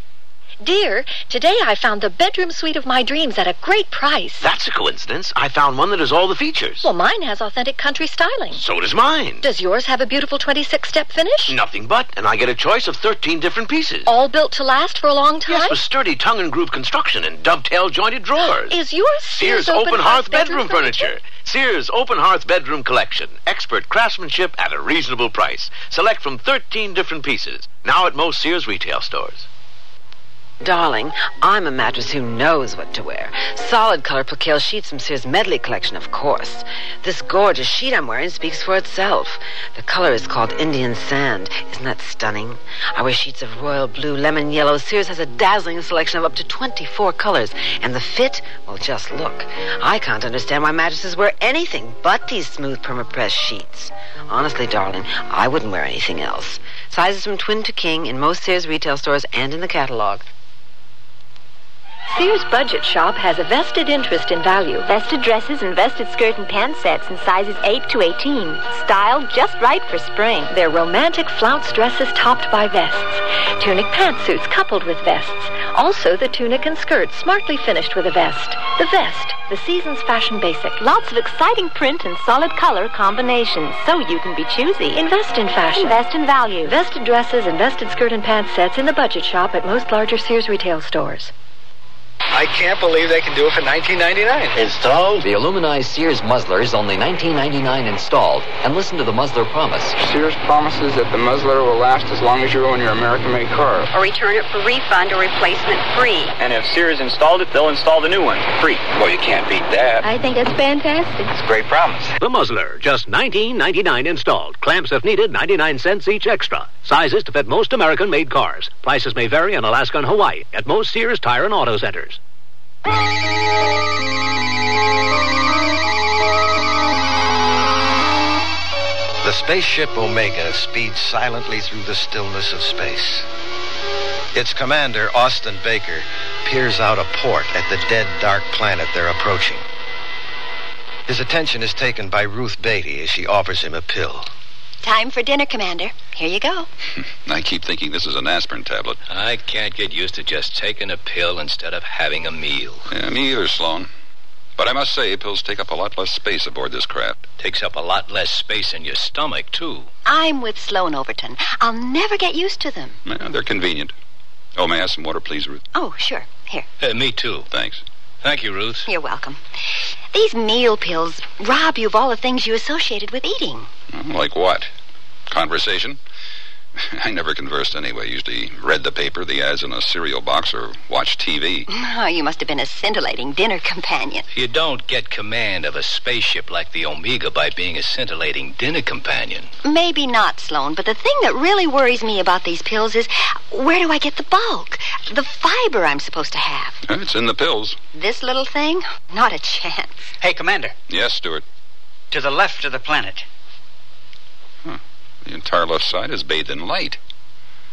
Speaker 25: Dear, today I found the bedroom suite of my dreams at a great price.
Speaker 26: That's a coincidence. I found one that has all the features.
Speaker 25: Well, mine has authentic country styling.
Speaker 26: So does mine.
Speaker 25: Does yours have a beautiful 26 step finish?
Speaker 26: Nothing but, and I get a choice of 13 different pieces.
Speaker 25: All built to last for a long time?
Speaker 26: Yes, with sturdy tongue and groove construction and dovetail jointed drawers.
Speaker 25: Is yours
Speaker 26: Sears Open, Hearth Bedroom Furniture. Sears Open Hearth Bedroom Collection. Expert craftsmanship at a reasonable price. Select from 13 different pieces. Now at most Sears retail stores.
Speaker 27: Darling, I'm a mattress who knows what to wear. Solid color plaqué sheets from Sears Medley Collection, of course. This gorgeous sheet I'm wearing speaks for itself. The color is called Indian Sand. Isn't that stunning? I wear sheets of royal blue, lemon yellow. Sears has a dazzling selection of up to 24 colors. And the fit? Well, just look. I can't understand why mattresses wear anything but these smooth permapress sheets. Honestly, darling, I wouldn't wear anything else. Sizes from twin to king in most Sears retail stores and in the catalog.
Speaker 28: Sears Budget Shop has a vested interest in value. Vested dresses and vested skirt and pant sets in sizes 8 to 18. Styled just right for spring. They're romantic flounce dresses topped by vests. Tunic pantsuits coupled with vests. Also the tunic and skirt smartly finished with a vest. The vest, the season's fashion basic. Lots of exciting print and solid color combinations, so you can be choosy. Invest in fashion. Invest in value. Vested dresses and vested skirt and pant sets in the Budget Shop at most larger Sears retail stores.
Speaker 15: I can't believe they can do it for 19.99.
Speaker 29: Installed? The aluminized Sears muzzler is only $19.99 installed. And listen to the muzzler promise.
Speaker 15: Sears promises that the muzzler will last as long as you own your American-made car.
Speaker 30: or return it for refund or replacement free.
Speaker 15: And if Sears installed it, they'll install the new one free. Well, you can't beat that.
Speaker 30: I think that's fantastic.
Speaker 15: It's a great promise.
Speaker 31: The muzzler, just $19.99 installed. Clamps, if needed, 99 cents each extra. Sizes to fit most American made cars. Prices may vary in Alaska and Hawaii at most Sears Tire and Auto Centers.
Speaker 18: The spaceship Omega speeds silently through the stillness of space. Its commander, Austin Baker, peers out a port at the dead dark planet they're approaching. His attention is taken by Ruth Beatty as she offers him a pill.
Speaker 30: Time for dinner, Commander. Here you go.
Speaker 17: I keep thinking this is an aspirin tablet.
Speaker 31: I can't get used to just taking a pill instead of having a meal.
Speaker 17: Yeah, me either, Sloan. But I must say, pills take up a lot less space aboard this craft.
Speaker 31: Takes up a lot less space in your stomach, too.
Speaker 30: I'm with Sloan Overton. I'll never get used to them.
Speaker 17: Yeah, they're convenient. Oh, may I have some water, please, Ruth?
Speaker 30: Oh, sure. Here.
Speaker 31: Uh, me too.
Speaker 17: Thanks.
Speaker 31: Thank you, Ruth.
Speaker 30: You're welcome. These meal pills rob you of all the things you associated with eating.
Speaker 17: Like what? Conversation? I never conversed anyway. Usually read the paper, the ads in a cereal box, or watched TV.
Speaker 30: Oh, you must have been a scintillating dinner companion.
Speaker 31: You don't get command of a spaceship like the Omega by being a scintillating dinner companion.
Speaker 30: Maybe not, Sloan, but the thing that really worries me about these pills is where do I get the bulk? The fiber I'm supposed to have.
Speaker 17: It's in the pills.
Speaker 30: This little thing? Not a chance.
Speaker 21: Hey, Commander,
Speaker 17: Yes, Stuart.
Speaker 21: to the left of the planet.
Speaker 17: The entire left side is bathed in light.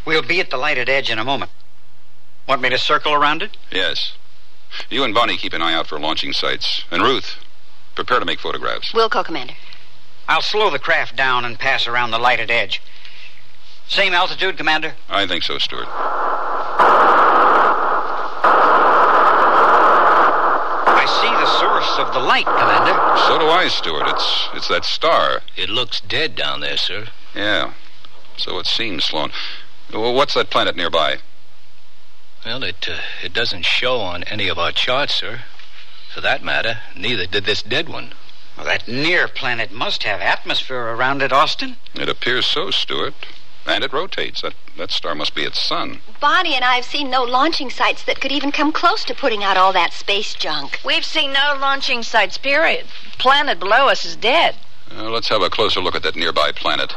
Speaker 21: We'll be at the lighted edge in a moment. Want me to circle around it?
Speaker 17: Yes. You and Bonnie keep an eye out for launching sites. And Ruth, prepare to make photographs.
Speaker 30: Wilco, Commander.
Speaker 21: I'll slow the craft down and pass around the lighted edge. Same altitude, Commander?
Speaker 17: I think so, Stuart.
Speaker 19: source of the light, Commander.
Speaker 17: So do I, Stuart. It's it's that star.
Speaker 19: It looks dead down there, sir.
Speaker 17: Yeah. So it seems, Sloan. Well, What's that planet nearby?
Speaker 19: Well, it uh, it doesn't show on any of our charts, sir. For that matter, neither did this dead one. Well, that near planet must have atmosphere around it, Austin.
Speaker 17: It appears so, Stuart. And it rotates. That that star must be its sun.
Speaker 30: Bonnie and I have seen no launching sites that could even come close to putting out all that space junk.
Speaker 16: We've seen no launching sites, period. Planet below us is dead.
Speaker 17: Uh, let's have a closer look at that nearby planet.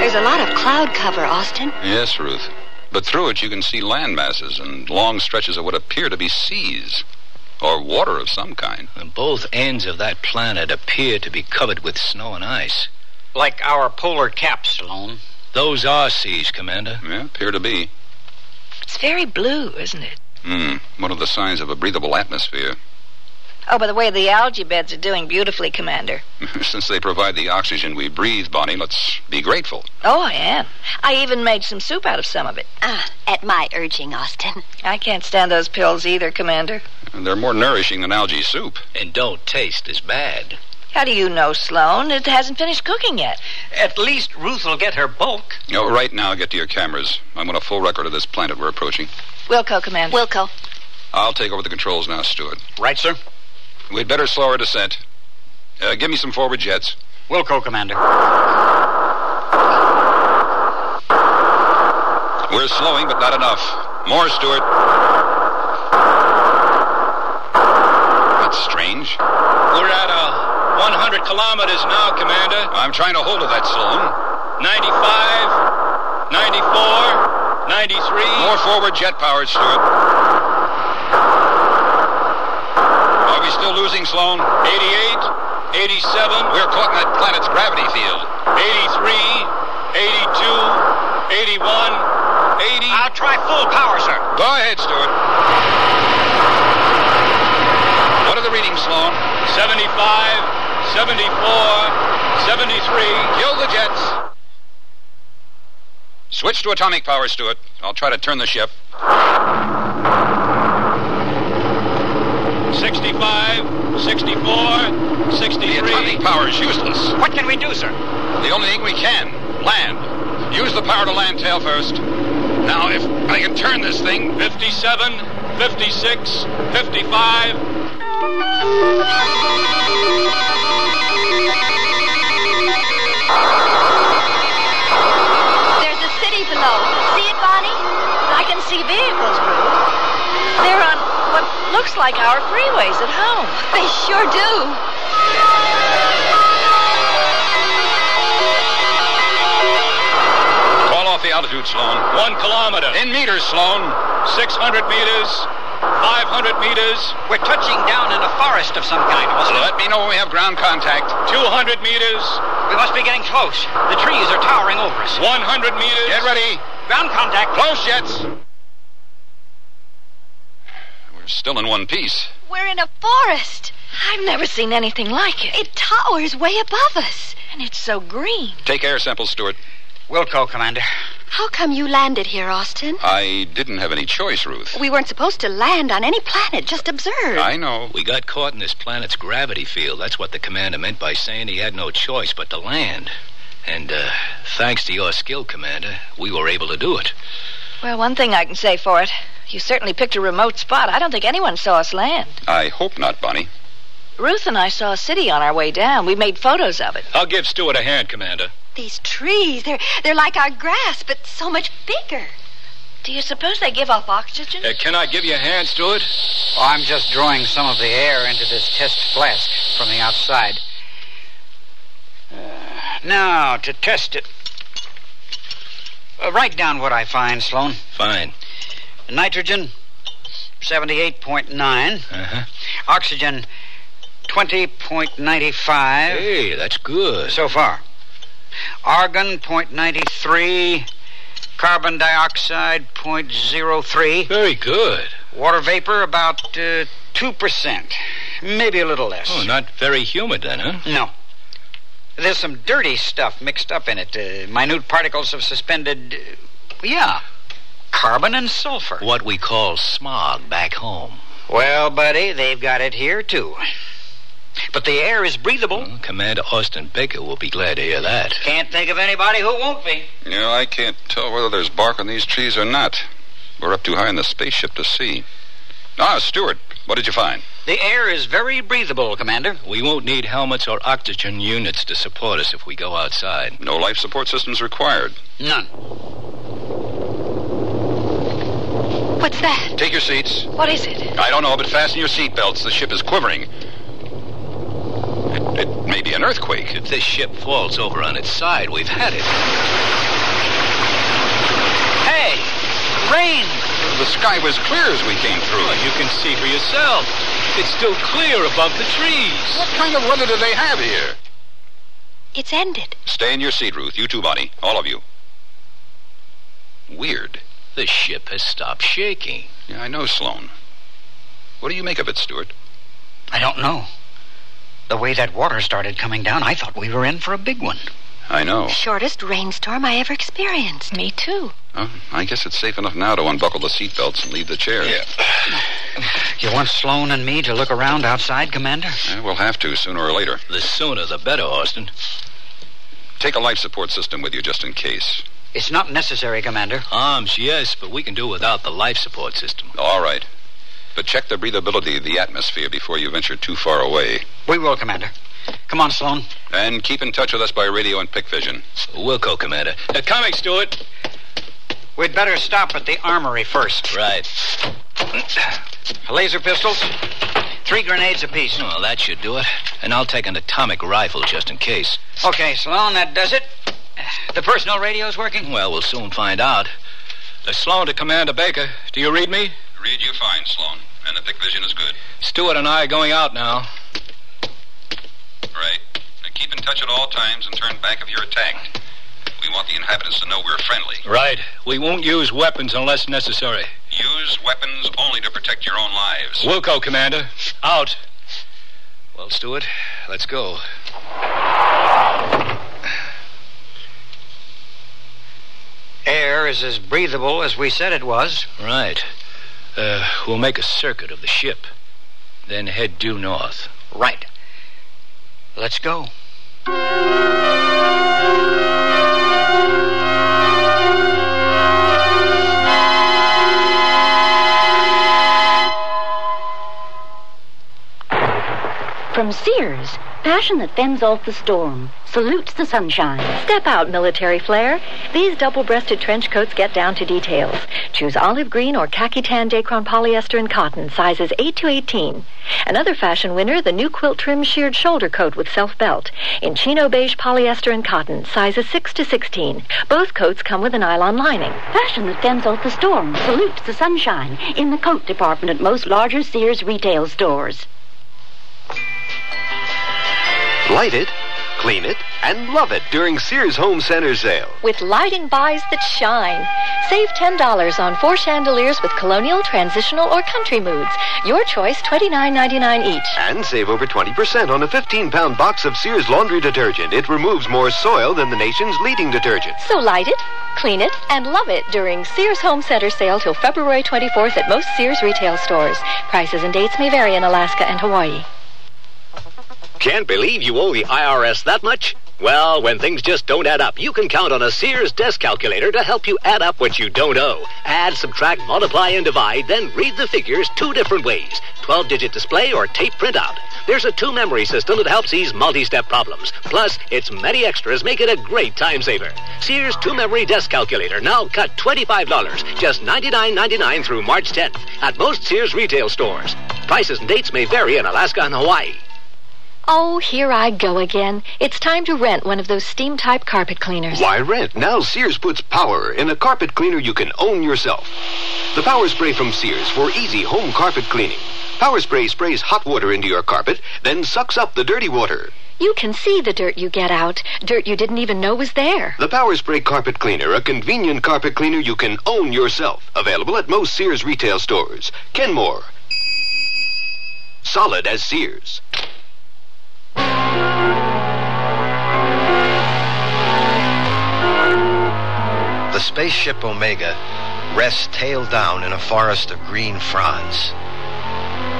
Speaker 30: There's a lot of cloud cover, Austin.
Speaker 17: Yes, Ruth. But through it you can see land masses and long stretches of what appear to be seas or water of some kind.
Speaker 19: Both ends of that planet appear to be covered with snow and ice.
Speaker 21: Like our polar caps, Stallone.
Speaker 19: Those are seas, Commander.
Speaker 17: Yeah, appear to be.
Speaker 16: It's very blue, isn't it?
Speaker 17: Hmm, one of the signs of a breathable atmosphere.
Speaker 16: Oh, by the way, the algae beds are doing beautifully, Commander.
Speaker 17: Since they provide the oxygen we breathe, Bonnie, let's be grateful.
Speaker 16: Oh, I am. I even made some soup out of some of it.
Speaker 30: Ah, at my urging, Austin.
Speaker 16: I can't stand those pills either, Commander.
Speaker 17: And they're more nourishing than algae soup.
Speaker 19: And don't taste as bad.
Speaker 16: How do you know, Sloan? It hasn't finished cooking yet.
Speaker 19: At least Ruth will get her bulk.
Speaker 17: You know, Oh, right now, get to your cameras. I want a full record of this planet we're approaching.
Speaker 16: Wilco, Commander. Wilco.
Speaker 17: I'll take over the controls now, Stuart.
Speaker 19: Right, sir.
Speaker 17: We'd better slow our descent. Uh, give me some forward jets.
Speaker 19: Wilco, Commander.
Speaker 17: We're slowing, but not enough. More, Stuart. That's strange.
Speaker 32: We're at uh, 100 kilometers now, Commander.
Speaker 17: I'm trying to hold of that, Sloan.
Speaker 32: 95, 94, 93.
Speaker 17: More forward jet power, Stuart. Are we still losing, Sloan?
Speaker 32: 88, 87.
Speaker 17: We're caught in that planet's gravity field.
Speaker 32: 83, 82, 81, 80. I'll try full power, sir.
Speaker 17: Go ahead, Stuart. What are the readings, Sloan?
Speaker 32: 75, 74, 73.
Speaker 17: Kill the jets. Switch to atomic power, Stuart. I'll try to turn the ship.
Speaker 32: 65, 64, 63.
Speaker 17: The atomic power is useless.
Speaker 32: What can we do, sir?
Speaker 17: The only thing we can land. Use the power to land tail first. Now, if I can turn this thing,
Speaker 32: 57, 56, 55.
Speaker 30: There's a city below. See it, Bonnie?
Speaker 16: I can see vehicles, Ruth. They're on what looks like our freeways at home.
Speaker 30: They sure do.
Speaker 17: call off the altitude, Sloan.
Speaker 32: One kilometer.
Speaker 17: In meters, Sloan.
Speaker 32: 600 meters. 500 meters.
Speaker 19: We're touching down in a forest of some kind, Austin.
Speaker 17: Let me know when we have ground contact.
Speaker 32: 200 meters.
Speaker 19: We must be getting close. The trees are towering over us.
Speaker 32: 100 meters.
Speaker 17: Get ready.
Speaker 19: Ground contact.
Speaker 17: Close jets. We're still in one piece.
Speaker 30: We're in a forest.
Speaker 16: I've never seen anything like it.
Speaker 30: It towers way above us.
Speaker 16: And it's so green.
Speaker 17: Take air samples, Stuart.
Speaker 19: Wilco, Commander.
Speaker 30: How come you landed here, Austin?
Speaker 17: I didn't have any choice, Ruth.
Speaker 30: We weren't supposed to land on any planet, just observe.
Speaker 17: I know.
Speaker 19: We got caught in this planet's gravity field. That's what the commander meant by saying he had no choice but to land. And, uh, thanks to your skill, Commander, we were able to do it.
Speaker 16: Well, one thing I can say for it. You certainly picked a remote spot. I don't think anyone saw us land.
Speaker 17: I hope not, Bonnie.
Speaker 16: Ruth and I saw a city on our way down. We made photos of it.
Speaker 19: I'll give Stewart a hand, Commander.
Speaker 30: These trees, they're, they're like our grass, but so much bigger.
Speaker 16: Do you suppose they give off oxygen?
Speaker 19: Uh, can I give you a hand, Stewart?
Speaker 21: Oh, I'm just drawing some of the air into this test flask from the outside. Uh, now, to test it. Uh, write down what I find, Sloan.
Speaker 19: Fine.
Speaker 21: Nitrogen, 78.9.
Speaker 19: Uh-huh.
Speaker 21: Oxygen, 20.95.
Speaker 19: Hey, that's good.
Speaker 21: So far. Argon, 0.93. Carbon dioxide, 0.03.
Speaker 19: Very good.
Speaker 21: Water vapor, about uh, 2%. Maybe a little less.
Speaker 19: Oh, not very humid then, huh?
Speaker 21: No. There's some dirty stuff mixed up in it. Uh, minute particles of suspended. uh, yeah. Carbon and sulfur.
Speaker 19: What we call smog back home.
Speaker 21: Well, buddy, they've got it here, too. But the air is breathable.
Speaker 19: Commander Austin Baker will be glad to hear that.
Speaker 21: Can't think of anybody who won't be.
Speaker 17: You know, I can't tell whether there's bark on these trees or not. We're up too high in the spaceship to see. Ah, Stewart, what did you find?
Speaker 21: The air is very breathable, Commander.
Speaker 19: We won't need helmets or oxygen units to support us if we go outside.
Speaker 17: No life support systems required.
Speaker 21: None.
Speaker 17: What's that? Take your seats.
Speaker 22: What is it?
Speaker 17: I don't know, but fasten your seatbelts. The ship is quivering. It, it may be an earthquake.
Speaker 19: If this ship falls over on its side, we've had it.
Speaker 15: Hey! Rain! The sky was clear as we came through.
Speaker 19: Oh,
Speaker 15: you can see for yourself. It's still clear above the trees. What kind of weather do they have here?
Speaker 30: It's ended.
Speaker 17: Stay in your seat, Ruth. You too, Bonnie. All of you. Weird.
Speaker 19: The ship has stopped shaking.
Speaker 17: Yeah, I know, Sloan. What do you make of it, Stewart?
Speaker 21: I don't know. The way that water started coming down, I thought we were in for a big one.
Speaker 17: I
Speaker 21: Oh.
Speaker 17: know.
Speaker 30: Shortest rainstorm I ever experienced. Me too.
Speaker 17: Oh, I guess it's safe enough now to unbuckle the seatbelts and leave the chair. Yeah.
Speaker 21: You want Sloan and me to look around outside, Commander?
Speaker 17: Eh, we'll have to sooner or later.
Speaker 19: The sooner the better, Austin.
Speaker 17: Take a life support system with you just in case.
Speaker 21: It's not necessary, Commander.
Speaker 19: Arms, yes, but we can do without the life support system.
Speaker 17: All right. But check the breathability of the atmosphere before you venture too far away.
Speaker 21: We will, Commander. Come on, Sloan.
Speaker 17: And keep in touch with us by radio and pick vision.
Speaker 19: We'll go, Commander. Uh,
Speaker 21: The coming, Stewart. We'd better stop at the armory first.
Speaker 19: Right.
Speaker 21: Laser pistols. Three grenades apiece.
Speaker 19: Well, that should do it. And I'll take an atomic rifle just in case.
Speaker 21: Okay, Sloan, that does it. The personal radio's working?
Speaker 19: Well, we'll soon find out. Uh, Sloan to Commander Baker. Do you read me?
Speaker 17: Read you fine, Sloan. And the pick vision is good.
Speaker 19: Stewart and I are going out now.
Speaker 17: Right. Now keep in touch at all times and turn back if you're attacked. We want the inhabitants to know we're friendly.
Speaker 19: Right. We won't use weapons unless necessary.
Speaker 17: Use weapons only to protect your own lives.
Speaker 19: Wilco, Commander. Out. Well, Stewart, let's go.
Speaker 21: Air is as breathable as we said it was.
Speaker 19: Right. Uh, we'll make a circuit of the ship, then head due north.
Speaker 21: Right. Let's go.
Speaker 2: From Sears, passion that fends off the storm, salutes the sunshine.
Speaker 28: Step out, military flair. These double breasted trench coats get down to details. Choose olive green or khaki tan Dacron polyester and cotton, sizes 8 to 18. Another fashion winner, the new quilt trim sheared shoulder coat with self belt, in chino beige polyester and cotton, sizes 6 to 16. Both coats come with a nylon lining.
Speaker 2: Fashion that fends off the storm, salutes the sunshine in the coat department at most larger Sears retail stores.
Speaker 23: Light it, clean it, and love it during Sears Home Center sale.
Speaker 28: with lighting buys that shine. Save $10 on four chandeliers with colonial, transitional, or country moods. Your choice, $29.99 each.
Speaker 23: And save over 20% on a 15 pound box of Sears laundry detergent. It removes more soil than the nation's leading detergent.
Speaker 28: So light it, clean it, and love it during Sears Home Center sale till February 24th at most Sears retail stores. Prices and dates may vary in Alaska and Hawaii.
Speaker 23: Can't believe you owe the IRS that much? Well, when things just don't add up, you can count on a Sears desk calculator to help you add up what you don't owe. Add, subtract, multiply, and divide, then read the figures two different ways 12 digit display or tape printout. There's a two memory system that helps ease multi step problems. Plus, its many extras make it a great time saver. Sears two memory desk calculator now cut $25, just $99.99 through March 10th at most Sears retail stores. Prices and dates may vary in Alaska and Hawaii.
Speaker 28: Oh, here I go again. It's time to rent one of those steam type carpet cleaners.
Speaker 23: Why rent? Now Sears puts power in a carpet cleaner you can own yourself. The Power Spray from Sears for easy home carpet cleaning. Power Spray sprays hot water into your carpet, then sucks up the dirty water.
Speaker 28: You can see the dirt you get out, dirt you didn't even know was there.
Speaker 23: The Power Spray carpet cleaner, a convenient carpet cleaner you can own yourself. Available at most Sears retail stores. Kenmore. Solid as Sears.
Speaker 18: Spaceship Omega rests tail down in a forest of green fronds.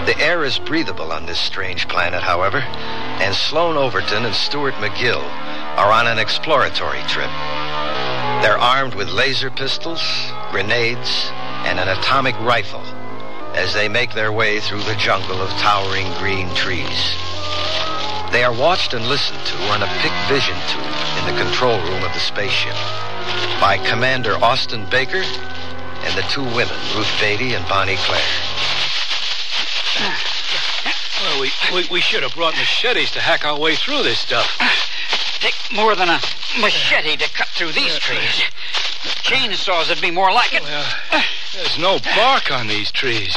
Speaker 18: The air is breathable on this strange planet, however, and Sloan Overton and Stuart McGill are on an exploratory trip. They're armed with laser pistols, grenades, and an atomic rifle as they make their way through the jungle of towering green trees. They are watched and listened to on a PIC vision tube in the control room of the spaceship by Commander Austin Baker and the two women, Ruth Beatty and Bonnie Clare.
Speaker 19: Well, we, we, we should have brought machetes to hack our way through this stuff.
Speaker 21: Take more than a machete to cut through these trees. Chainsaws would be more like it.
Speaker 19: There's no bark on these trees.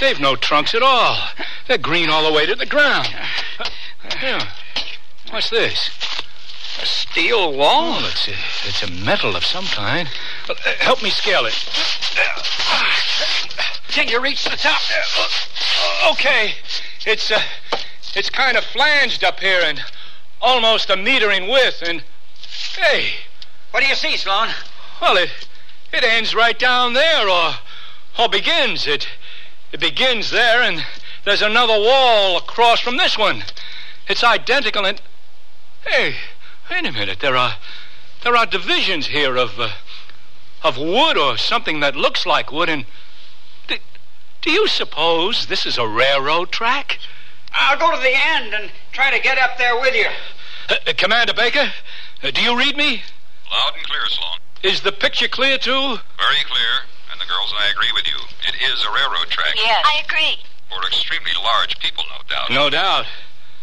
Speaker 19: They've no trunks at all. They're green all the way to the ground. Yeah. What's this?
Speaker 21: A steel wall?
Speaker 19: Oh, it's, a, it's a metal of some kind. Uh, Help me scale it.
Speaker 21: Can you reach the top?
Speaker 19: Okay. It's uh, it's kind of flanged up here and almost a meter in width. And hey,
Speaker 21: what do you see, Sloan?
Speaker 19: Well, it it ends right down there, or or begins. It it begins there, and there's another wall across from this one. It's identical. And hey, wait a minute. There are there are divisions here of uh, of wood or something that looks like wood, and do you suppose this is a railroad track?
Speaker 21: I'll go to the end and try to get up there with you.
Speaker 19: Uh, uh, Commander Baker, uh, do you read me?
Speaker 17: Loud and clear, Sloan.
Speaker 19: Is the picture clear, too?
Speaker 17: Very clear. And the girls and I agree with you. It is a railroad track.
Speaker 1: I agree.
Speaker 17: For extremely large people, no doubt.
Speaker 19: No doubt.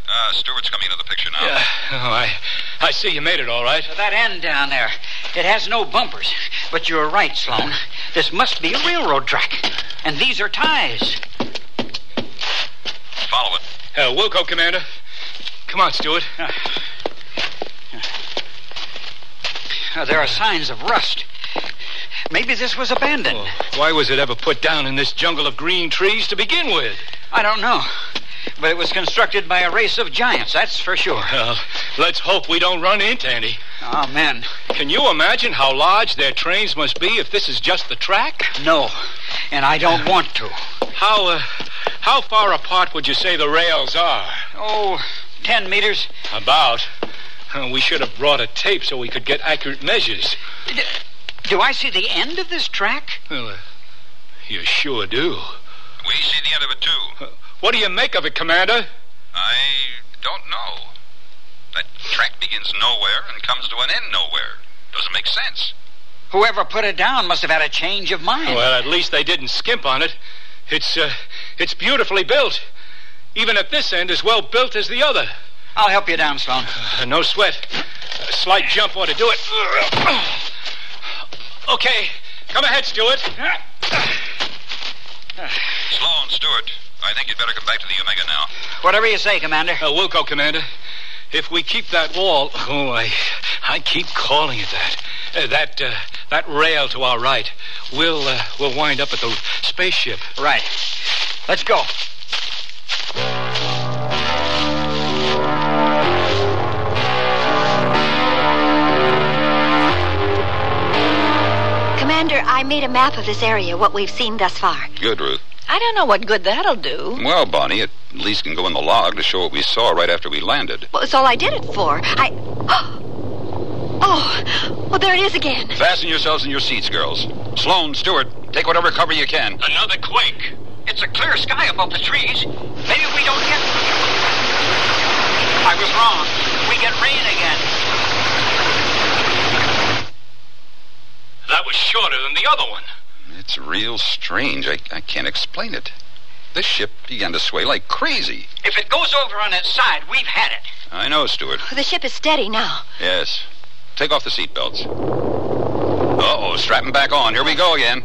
Speaker 17: Uh, Stewart's coming into the picture now.
Speaker 19: Yeah. Oh, I, I see you made it all right.
Speaker 21: That end down there. It has no bumpers. But you're right, Sloan. This must be a railroad track. And these are ties.
Speaker 17: Follow it.
Speaker 19: Uh, Wilco, Commander. Come on, Stewart.
Speaker 21: Uh, there are signs of rust. Maybe this was abandoned.
Speaker 19: Oh, Why was it ever put down in this jungle of green trees to begin with?
Speaker 21: I don't know. But it was constructed by a race of giants, that's for sure.
Speaker 19: Well, let's hope we don't run into any.
Speaker 21: Oh, man.
Speaker 19: Can you imagine how large their trains must be if this is just the track?
Speaker 21: No. And I don't want to.
Speaker 19: How, uh, how far apart would you say the rails are?
Speaker 21: Oh, ten meters.
Speaker 19: About. Uh, We should have brought a tape so we could get accurate measures.
Speaker 21: Do I see the end of this track?
Speaker 19: Well, uh, you sure do. Uh,
Speaker 17: We see the end of it, too.
Speaker 19: What do you make of it, Commander?
Speaker 17: I don't know. That track begins nowhere and comes to an end nowhere. Doesn't make sense.
Speaker 21: Whoever put it down must have had a change of mind.
Speaker 19: Well, at least they didn't skimp on it. It's uh, it's beautifully built. Even at this end, as well built as the other.
Speaker 21: I'll help you down, Sloan.
Speaker 19: Uh, no sweat. A slight jump ought to do it. Okay, come ahead, Stewart.
Speaker 17: Sloan, Stewart, I think you'd better come back to the Omega now.
Speaker 21: Whatever you say, Commander.
Speaker 19: Uh, Wilco, Commander. If we keep that wall, oh, I, I keep calling it that. Uh, that uh, that rail to our right, we'll uh, we'll wind up at the spaceship.
Speaker 21: Right. Let's go.
Speaker 30: Commander, I made a map of this area, what we've seen thus far.
Speaker 17: Good, Ruth.
Speaker 16: I don't know what good that'll do.
Speaker 17: Well, Bonnie, it at least can go in the log to show what we saw right after we landed.
Speaker 30: Well, it's all I did it for. I. Oh! Well, there it is again.
Speaker 17: Fasten yourselves in your seats, girls. Sloan, Stewart, take whatever cover you can.
Speaker 21: Another quake. It's a clear sky above the trees. Maybe we don't get. I was wrong. We get rain again.
Speaker 19: That was shorter than the other one.
Speaker 17: It's real strange. I, I can't explain it. This ship began to sway like crazy.
Speaker 21: If it goes over on its side, we've had it.
Speaker 17: I know, Stewart.
Speaker 30: Well, Oh, the ship is steady now.
Speaker 17: Yes. Take off the seatbelts. Uh oh, strap 'em back on. Here we go again.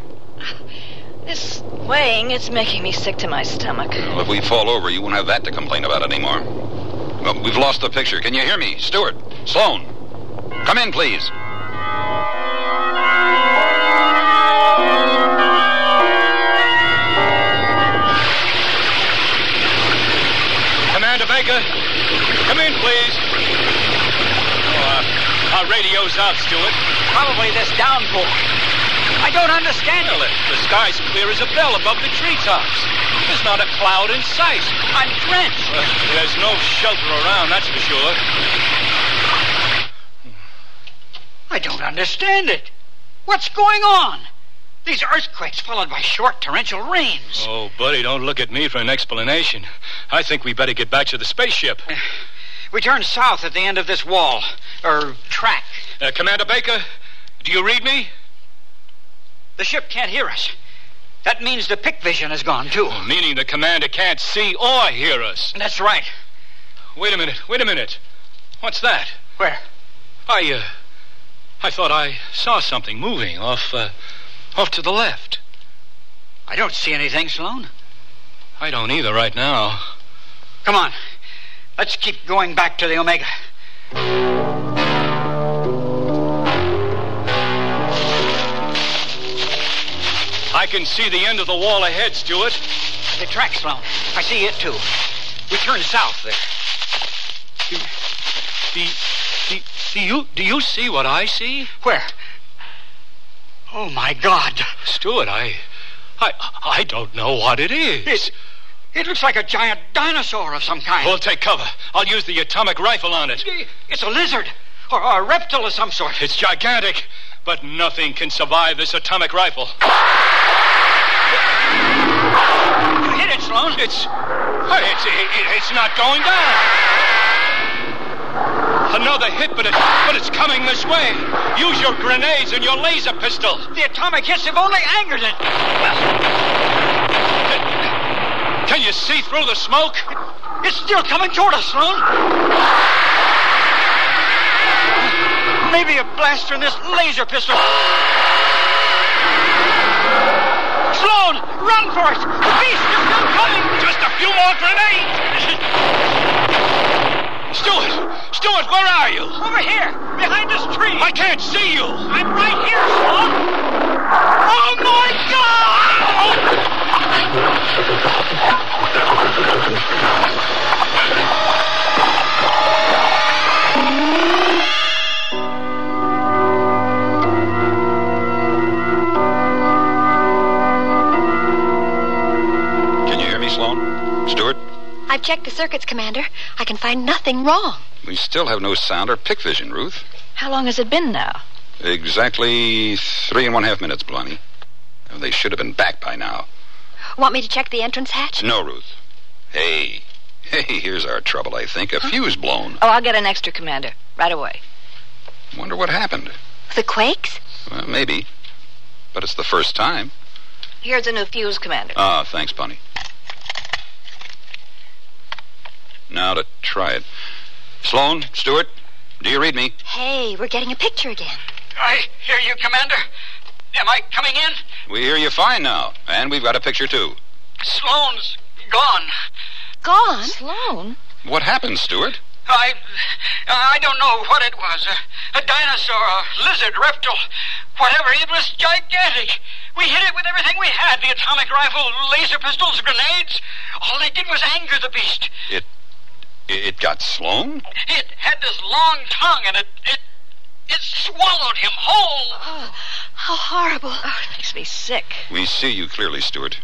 Speaker 16: This weighing, it's making me sick to my stomach.
Speaker 17: Well, if we fall over, you won't have that to complain about anymore. Well, we've lost the picture. Can you hear me? Stewart, Sloan, come in, please.
Speaker 19: Commander Baker, come in, please. Oh, uh, our radio's out, Stewart.
Speaker 21: Probably this downpour.
Speaker 19: I don't understand it. The sky's clear as a bell above the treetops. There's not a cloud in sight. I'm drenched. Uh, there's no shelter around, that's for sure.
Speaker 12: I don't understand it. What's going on? These earthquakes followed by short torrential rains.
Speaker 19: Oh, buddy, don't look at me for an explanation. I think we better get back to the spaceship.
Speaker 12: We turn south at the end of this wall, or track.
Speaker 19: Uh, Commander Baker, do you read me?
Speaker 12: The ship can't hear us. That means the pick vision is gone, too.
Speaker 19: Oh, Meaning the commander can't see or hear us.
Speaker 12: That's right.
Speaker 19: Wait a minute, wait a minute. What's that?
Speaker 12: Where?
Speaker 19: I, uh, I thought I saw something moving off, uh, off to the left.
Speaker 12: I don't see anything, Sloan.
Speaker 19: I don't either right now.
Speaker 12: Come on. Let's keep going back to the Omega.
Speaker 19: I can see the end of the wall ahead, Stuart.
Speaker 12: The track, Sloan. I see it, too. We turn south there.
Speaker 19: Do, do, do you do you see what I see?
Speaker 12: Where? Oh my God,
Speaker 19: Stuart, I, I, I don't know what it is.
Speaker 12: It, it looks like a giant dinosaur of some kind.
Speaker 19: We'll take cover. I'll use the atomic rifle on it.
Speaker 12: It's a lizard or, or a reptile of some sort.
Speaker 19: It's gigantic, but nothing can survive this atomic rifle.
Speaker 12: You hit it, Sloan.
Speaker 19: It's, it's, it- it's not going down. Another hit, but it, but it's coming this way. Use your grenades and your laser pistol.
Speaker 12: The atomic hits have only angered it.
Speaker 19: Can you see through the smoke?
Speaker 12: It's still coming toward us, Sloan. Maybe a blast from this laser pistol. Sloan, run for it! The beast is still coming!
Speaker 19: Just a few more grenades! Stuart! Stuart, where are you?
Speaker 12: Over here, behind this tree!
Speaker 19: I can't see you!
Speaker 12: I'm right here, Sloan! Oh, my God!
Speaker 17: Can you hear me, Sloan? Stuart?
Speaker 30: I've checked the circuits, Commander. I can find nothing wrong.
Speaker 17: We still have no sound or pick vision, Ruth.
Speaker 16: How long has it been now?
Speaker 17: Exactly three and one half minutes, Blondie. And They should have been back by now.
Speaker 30: Want me to check the entrance hatch?
Speaker 17: No, Ruth. Hey. Hey, here's our trouble, I think. A fuse blown.
Speaker 16: Oh, I'll get an extra, Commander, right away.
Speaker 17: Wonder what happened.
Speaker 30: The quakes?
Speaker 17: Well, Uh, maybe. But it's the first time.
Speaker 16: Here's a new fuse, Commander.
Speaker 17: Ah, thanks, Bunny. Now to try it. Sloan, Stewart, do you read me?
Speaker 30: Hey, we're getting a picture again.
Speaker 12: I hear you, Commander. Am I coming in?
Speaker 17: We hear you fine now, and we've got a picture too.
Speaker 12: Sloane's gone.
Speaker 30: Gone?
Speaker 16: Sloan?
Speaker 17: What happened, Stewart?
Speaker 12: I, I don't know what it was. A, a dinosaur, a lizard, reptile, whatever. It was gigantic. We hit it with everything we had the atomic rifle, laser pistols, grenades. All they did was anger the beast.
Speaker 17: It it got Sloan?
Speaker 12: It had this long tongue and it, it, it swallowed him whole.
Speaker 16: Oh, How horrible. Oh, it makes me sick.
Speaker 17: We see you clearly, Stewart.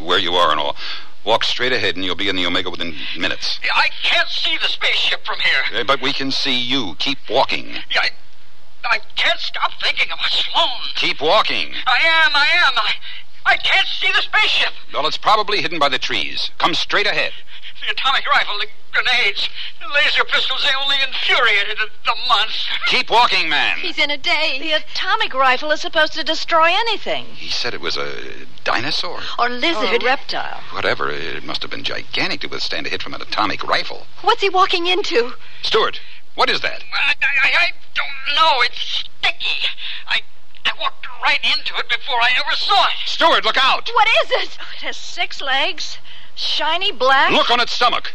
Speaker 17: Where you are and all. Walk straight ahead and you'll be in the Omega within minutes.
Speaker 12: I can't see the spaceship from here.
Speaker 17: Eh, But we can see you. Keep walking.
Speaker 12: I, I can't stop thinking about Sloan.
Speaker 17: Keep walking.
Speaker 12: I am, I am. I, I can't see the spaceship.
Speaker 17: Well, it's probably hidden by the trees. Come straight ahead.
Speaker 12: The atomic rifle, the grenades, the laser pistols, they only infuriated the, the monster.
Speaker 17: Keep walking, man.
Speaker 16: He's in a daze. The atomic rifle is supposed to destroy anything.
Speaker 17: He said it was a dinosaur.
Speaker 16: Or lizard. reptile.
Speaker 17: Whatever, it must have been gigantic to withstand a hit from an atomic rifle.
Speaker 30: What's he walking into?
Speaker 17: Stewart, what is that?
Speaker 12: I, I, I don't know. It's sticky. I, I walked right into it before I ever saw it.
Speaker 17: Stewart, look out!
Speaker 16: What is it? Oh, It has six legs, shiny black.
Speaker 17: Look on its stomach.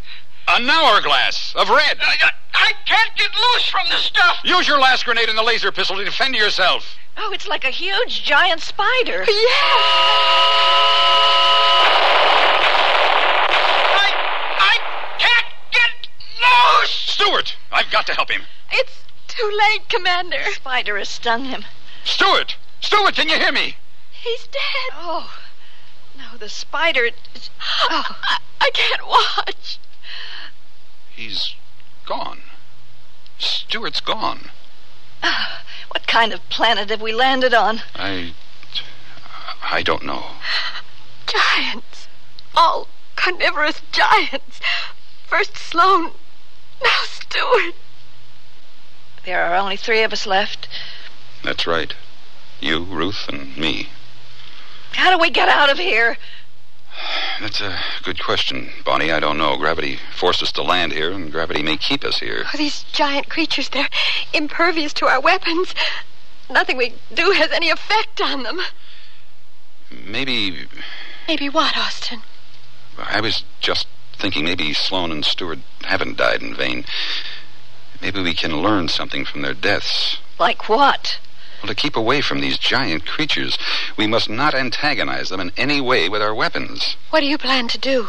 Speaker 17: An hourglass of red.
Speaker 12: I, I, I can't get loose from the stuff.
Speaker 17: Use your last grenade and the laser pistol to defend yourself.
Speaker 16: Oh, it's like a huge giant spider.
Speaker 30: Yeah.
Speaker 12: I can't get loose.
Speaker 17: Stewart, I've got to help him.
Speaker 16: It's too late, Commander. The spider has stung him.
Speaker 17: Stewart!
Speaker 33: Stewart, can you hear me?
Speaker 16: He's dead. Oh. No, the spider. it's- Oh. I, I can't watch.
Speaker 17: He's gone. Stewart's gone.
Speaker 16: Oh, What kind of planet have we landed on?
Speaker 17: I. I don't know.
Speaker 16: Giants. All carnivorous giants. First Sloan, now Stewart. There are only three of us left.
Speaker 17: That's right. You, Ruth, and me.
Speaker 16: How do we get out of here?
Speaker 17: That's a good question, Bonnie. I don't know. Gravity forced us to land here, and gravity may keep us here.
Speaker 16: Oh, these giant creatures, they're impervious to our weapons. Nothing we do has any effect on them.
Speaker 17: Maybe.
Speaker 16: Maybe what, Austin?
Speaker 17: I was just thinking maybe Sloan and Stewart haven't died in vain. Maybe we can learn something from their deaths.
Speaker 16: Like what?
Speaker 17: Well, to keep away from these giant creatures, we must not antagonize them in any way with our weapons.
Speaker 16: What do you plan to do?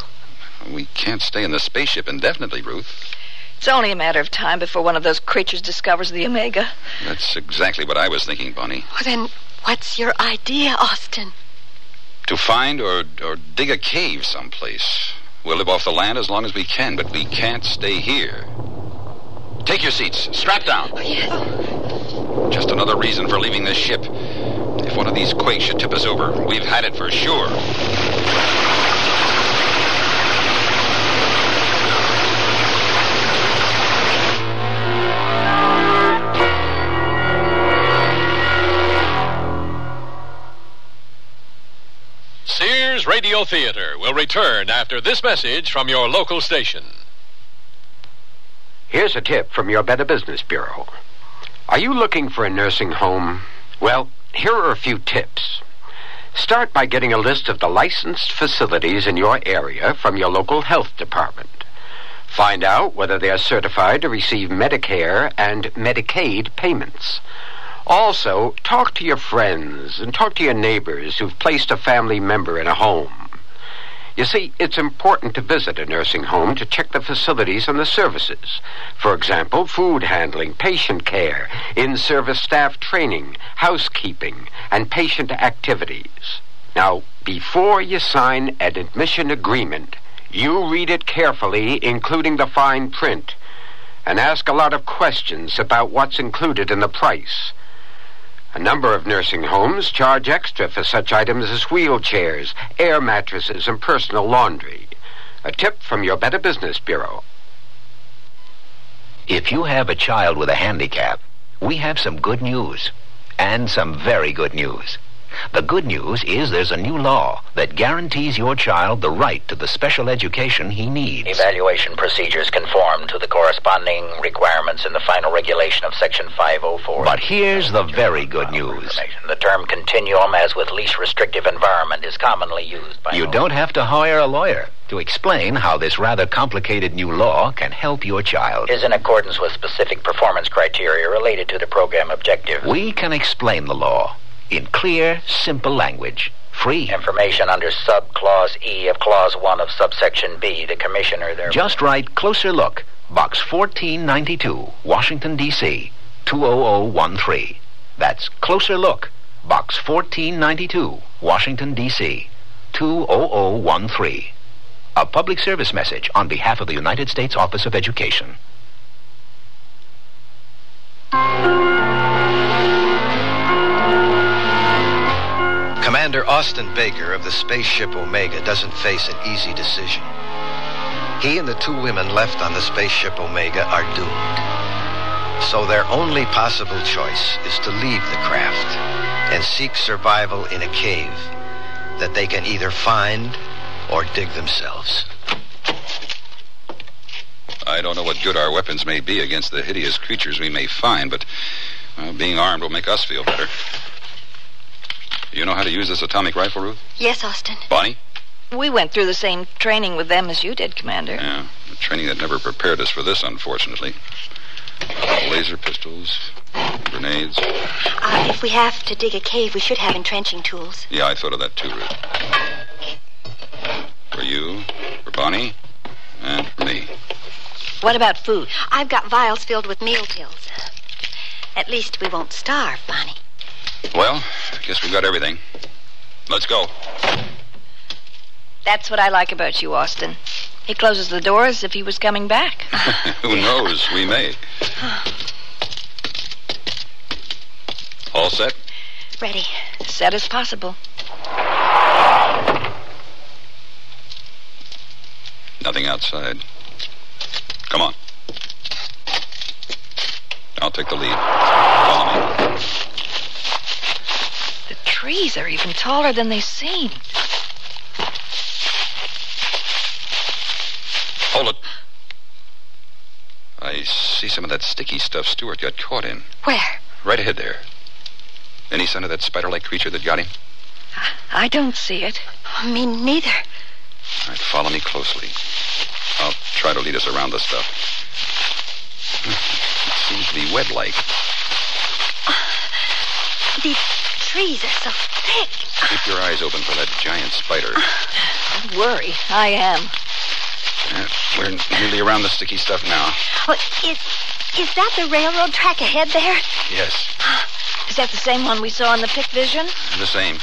Speaker 17: We can't stay in the spaceship indefinitely, Ruth.
Speaker 16: It's only a matter of time before one of those creatures discovers the Omega.
Speaker 17: That's exactly what I was thinking, Bonnie.
Speaker 16: Well, then, what's your idea, Austin?
Speaker 17: To find or, or dig a cave someplace. We'll live off the land as long as we can, but we can't stay here. Take your seats. Strap down.
Speaker 16: Oh,
Speaker 17: Just another reason for leaving this ship. If one of these quakes should tip us over, we've had it for sure.
Speaker 22: Sears Radio Theater will return after this message from your local station.
Speaker 29: Here's a tip from your Better Business Bureau. Are you looking for a nursing home? Well, here are a few tips. Start by getting a list of the licensed facilities in your area from your local health department. Find out whether they are certified to receive Medicare and Medicaid payments. Also, talk to your friends and talk to your neighbors who've placed a family member in a home. You see, it's important to visit a nursing home to check the facilities and the services. For example, food handling, patient care, in service staff training, housekeeping, and patient activities. Now, before you sign an admission agreement, you read it carefully, including the fine print, and ask a lot of questions about what's included in the price. A number of nursing homes charge extra for such items as wheelchairs, air mattresses, and personal laundry. A tip from your Better Business Bureau.
Speaker 34: If you have a child with a handicap, we have some good news. And some very good news. The good news is there's a new law that guarantees your child the right to the special education he needs.
Speaker 35: Evaluation procedures conform to the corresponding requirements in the final regulation of Section 504.
Speaker 34: But here's the very good news.
Speaker 35: The term continuum, as with least restrictive environment, is commonly used.
Speaker 34: You don't have to hire a lawyer to explain how this rather complicated new law can help your child.
Speaker 35: Is in accordance with specific performance criteria related to the program objective.
Speaker 34: We can explain the law in clear, simple language. Free.
Speaker 35: Information under subclause E of clause 1 of subsection B. The commissioner there.
Speaker 34: Just write Closer Look, Box 1492, Washington, D.C., 20013. That's Closer Look, Box 1492, Washington, D.C., 20013. A public service message on behalf of the United States Office of Education.
Speaker 18: Commander Austin Baker of the spaceship Omega doesn't face an easy decision. He and the two women left on the spaceship Omega are doomed. So their only possible choice is to leave the craft and seek survival in a cave that they can either find or dig themselves.
Speaker 17: I don't know what good our weapons may be against the hideous creatures we may find, but uh, being armed will make us feel better. You know how to use this atomic rifle, Ruth?
Speaker 16: Yes, Austin.
Speaker 17: Bonnie?
Speaker 16: We went through the same training with them as you did, Commander.
Speaker 17: Yeah, the training that never prepared us for this, unfortunately. Laser pistols, grenades.
Speaker 30: Uh, if we have to dig a cave, we should have entrenching tools.
Speaker 17: Yeah, I thought of that too, Ruth. For you, for Bonnie, and for me.
Speaker 16: What about food?
Speaker 30: I've got vials filled with meal pills. At least we won't starve, Bonnie.
Speaker 17: Well, I guess we've got everything. Let's go.
Speaker 16: That's what I like about you, Austin. He closes the door as if he was coming back.
Speaker 17: Who knows? We may. All set?
Speaker 16: Ready. Set as possible.
Speaker 17: Nothing outside. Come on. I'll take the lead.
Speaker 16: The trees are even taller than they seem.
Speaker 17: Hold it. I see some of that sticky stuff Stewart got caught in.
Speaker 36: Where?
Speaker 17: Right ahead there. Any sign of that spider like creature that got him?
Speaker 16: I don't see it.
Speaker 30: Me neither.
Speaker 17: All right, follow me closely. I'll try to lead us around the stuff. It seems to be web like.
Speaker 16: Ah.
Speaker 30: These trees are so thick.
Speaker 17: Keep your eyes open for that giant spider. Uh,
Speaker 16: Don't worry. I am.
Speaker 17: Yeah, we're nearly around the sticky stuff now.
Speaker 30: Oh, is, is that the railroad track ahead there?
Speaker 17: Yes,
Speaker 16: Is that the same one we saw in the pick vision?
Speaker 17: the same.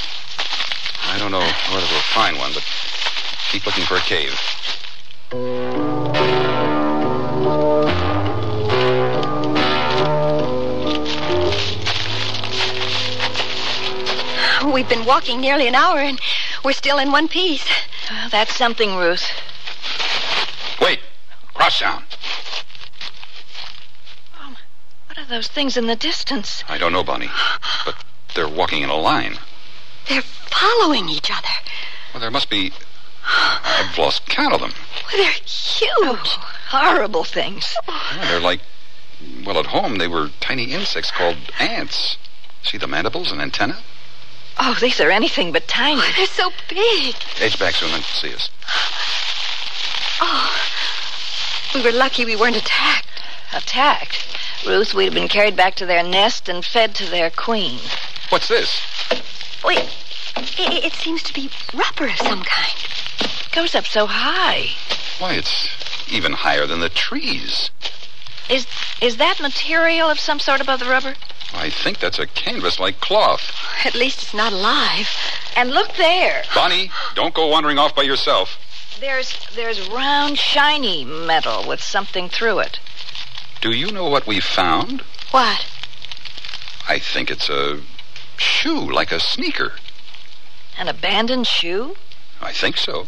Speaker 17: I don't know whether we'll find one, but keep looking for a cave.
Speaker 30: We've been walking nearly an hour and we're still in one piece.
Speaker 16: Well, that's something, Ruth.
Speaker 17: Wait! Cross sound.
Speaker 16: What are those things in the distance?
Speaker 17: I don't know, Bonnie, but they're walking in a line.
Speaker 30: They're following each other.
Speaker 17: Well, there must be. I've lost count of them.
Speaker 30: Well, they're huge.
Speaker 16: Oh, horrible things.
Speaker 17: Yeah, they're like. Well, at home, they were tiny insects called ants. See the mandibles and antenna?
Speaker 16: Oh, these are anything but tiny.
Speaker 30: Oh, they're so big.
Speaker 17: Edge back so they can see us.
Speaker 30: Oh. We were lucky we weren't attacked.
Speaker 16: Attacked? Ruth, we'd have been carried back to their nest and fed to their queen.
Speaker 17: What's this?
Speaker 30: Wait. It, it seems to be rubber of some kind.
Speaker 16: Goes up so high.
Speaker 17: Why, it's even higher than the trees.
Speaker 16: Is is that material of some sort above the rubber?
Speaker 17: I think that's a canvas like cloth.
Speaker 16: At least it's not alive. And look there.
Speaker 17: Bonnie, don't go wandering off by yourself.
Speaker 16: There's there's round, shiny metal with something through it.
Speaker 17: Do you know what we found?
Speaker 16: What?
Speaker 17: I think it's a shoe, like a sneaker.
Speaker 16: An abandoned shoe?
Speaker 17: I think so.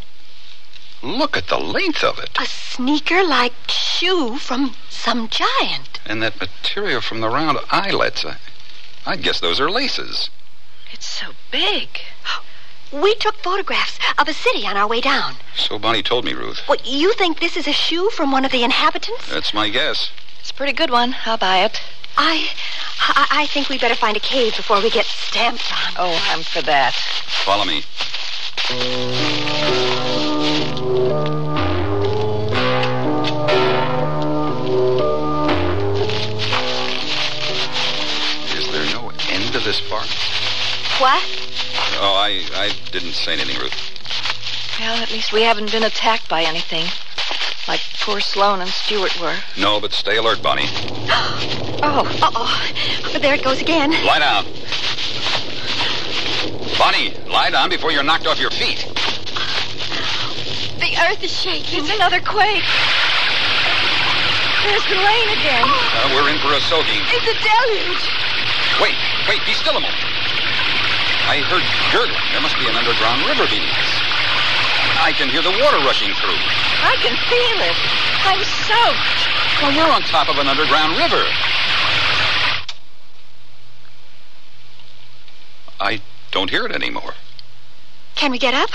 Speaker 17: Look at the length of it.
Speaker 30: A sneaker like shoe from some giant.
Speaker 17: And that material from the round eyelets. I, I guess those are laces.
Speaker 16: It's so big.
Speaker 30: We took photographs of a city on our way down.
Speaker 17: So Bonnie told me, Ruth.
Speaker 30: What, you think this is a shoe from one of the inhabitants?
Speaker 17: That's my guess.
Speaker 16: It's a pretty good one. I'll buy it.
Speaker 30: I, I, I think we better find a cave before we get stamped on.
Speaker 16: Oh, I'm for that.
Speaker 17: Follow me. Is there no end to this bar?
Speaker 16: What?
Speaker 17: Oh, I, I didn't say anything, Ruth.
Speaker 16: Well, at least we haven't been attacked by anything. Like poor Sloan and Stewart were.
Speaker 17: No, but stay alert, Bonnie.
Speaker 30: Oh, uh-oh. There it goes again.
Speaker 17: Lie down. Bonnie, lie down before you're knocked off your feet.
Speaker 30: The earth is shaking.
Speaker 16: It's another quake. There's the rain again.
Speaker 17: Uh, we're in for a soaking.
Speaker 16: It's a deluge.
Speaker 17: Wait, wait, be still a moment. I heard gurgling. There must be an underground river beneath us. I can hear the water rushing through.
Speaker 16: I can feel it. I'm soaked.
Speaker 17: Well, we're on top of an underground river. I don't hear it anymore.
Speaker 30: Can we get up?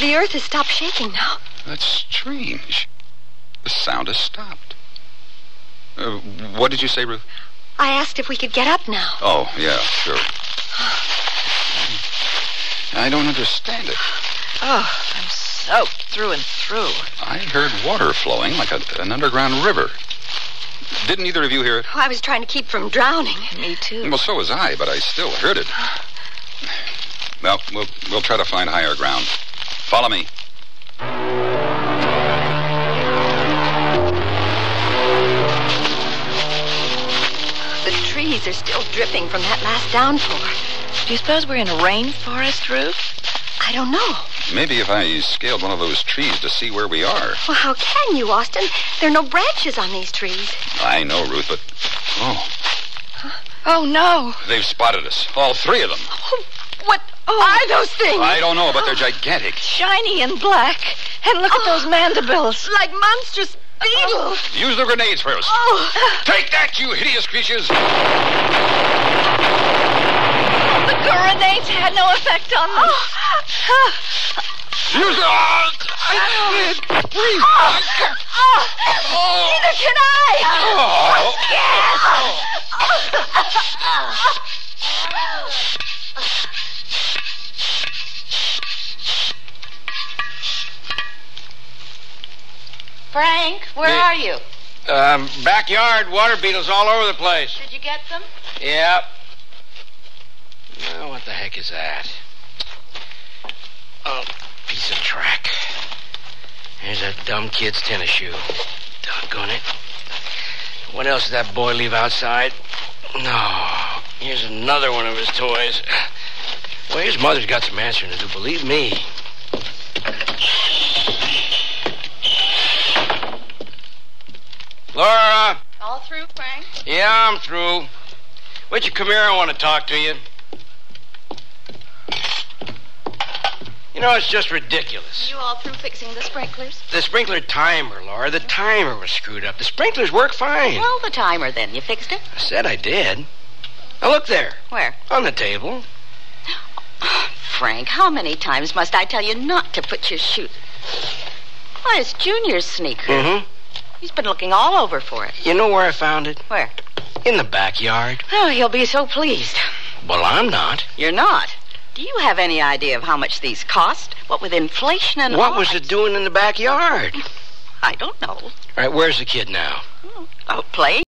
Speaker 30: The earth has stopped shaking now.
Speaker 17: That's strange. The sound has stopped. Uh, what did you say, Ruth?
Speaker 30: I asked if we could get up now.
Speaker 17: Oh, yeah, sure. I don't understand it.
Speaker 16: Oh, I'm soaked through and through.
Speaker 17: I heard water flowing like a, an underground river. Didn't either of you hear it?
Speaker 30: Oh, I was trying to keep from drowning.
Speaker 16: Me too.
Speaker 17: Well, so was I, but I still heard it. Well, we'll, we'll try to find higher ground. Follow me.
Speaker 30: The trees trees are still dripping from that last downpour. Do you suppose we're in a rainforest, Ruth? I don't know.
Speaker 17: Maybe if I scaled one of those trees to see where we are.
Speaker 30: Well, how can you, Austin? There are no branches on these trees.
Speaker 17: I know, Ruth, but. Oh,
Speaker 30: Oh, no.
Speaker 17: they've spotted us. All three of them.
Speaker 16: What are those things?
Speaker 17: I don't know, but they're gigantic.
Speaker 16: Shiny and black. And look at those mandibles. Oh. Like monstrous beetles.
Speaker 17: Use the grenades first.
Speaker 16: Oh.
Speaker 17: Take that, you hideous creatures!
Speaker 16: The grenades had no effect on Ah. them.
Speaker 17: Use the.
Speaker 16: I can't breathe. Neither can I.
Speaker 17: Oh.
Speaker 16: Oh.
Speaker 37: Frank, where
Speaker 38: Me.
Speaker 37: are you?
Speaker 38: Um, backyard water beetles all over the place.
Speaker 37: Did you get them?
Speaker 38: Yep. Now, what the heck is that? Oh, piece of track. There's that dumb kid's tennis shoe. Doggone it. What else did that boy leave outside? No. Here's another one of his toys. Well, his mother's got some answering to do, believe me. Laura!
Speaker 37: All through, Frank?
Speaker 38: Yeah, I'm through. Would you come here? I want to talk to you. You know, it's just ridiculous.
Speaker 37: You all through fixing the sprinklers?
Speaker 38: The sprinkler timer, Laura. The timer was screwed up. The sprinklers work fine.
Speaker 37: Well, the timer then. You fixed it?
Speaker 38: I said I did. Now look there.
Speaker 37: Where?
Speaker 38: On the table.
Speaker 37: Frank, how many times must I tell you not to put your shoe? Why, it's Junior's sneaker.
Speaker 38: Mm-hmm.
Speaker 37: He's been looking all over for it.
Speaker 38: You know where I found it?
Speaker 37: Where?
Speaker 38: In the backyard.
Speaker 37: Oh, he'll be so pleased.
Speaker 38: Well, I'm not.
Speaker 37: You're not. Do you have any idea of how much these cost? What with inflation and
Speaker 38: what
Speaker 37: all?
Speaker 38: was it doing in the backyard?
Speaker 37: I don't know.
Speaker 38: All right, where's the kid now?
Speaker 37: Oh, playing.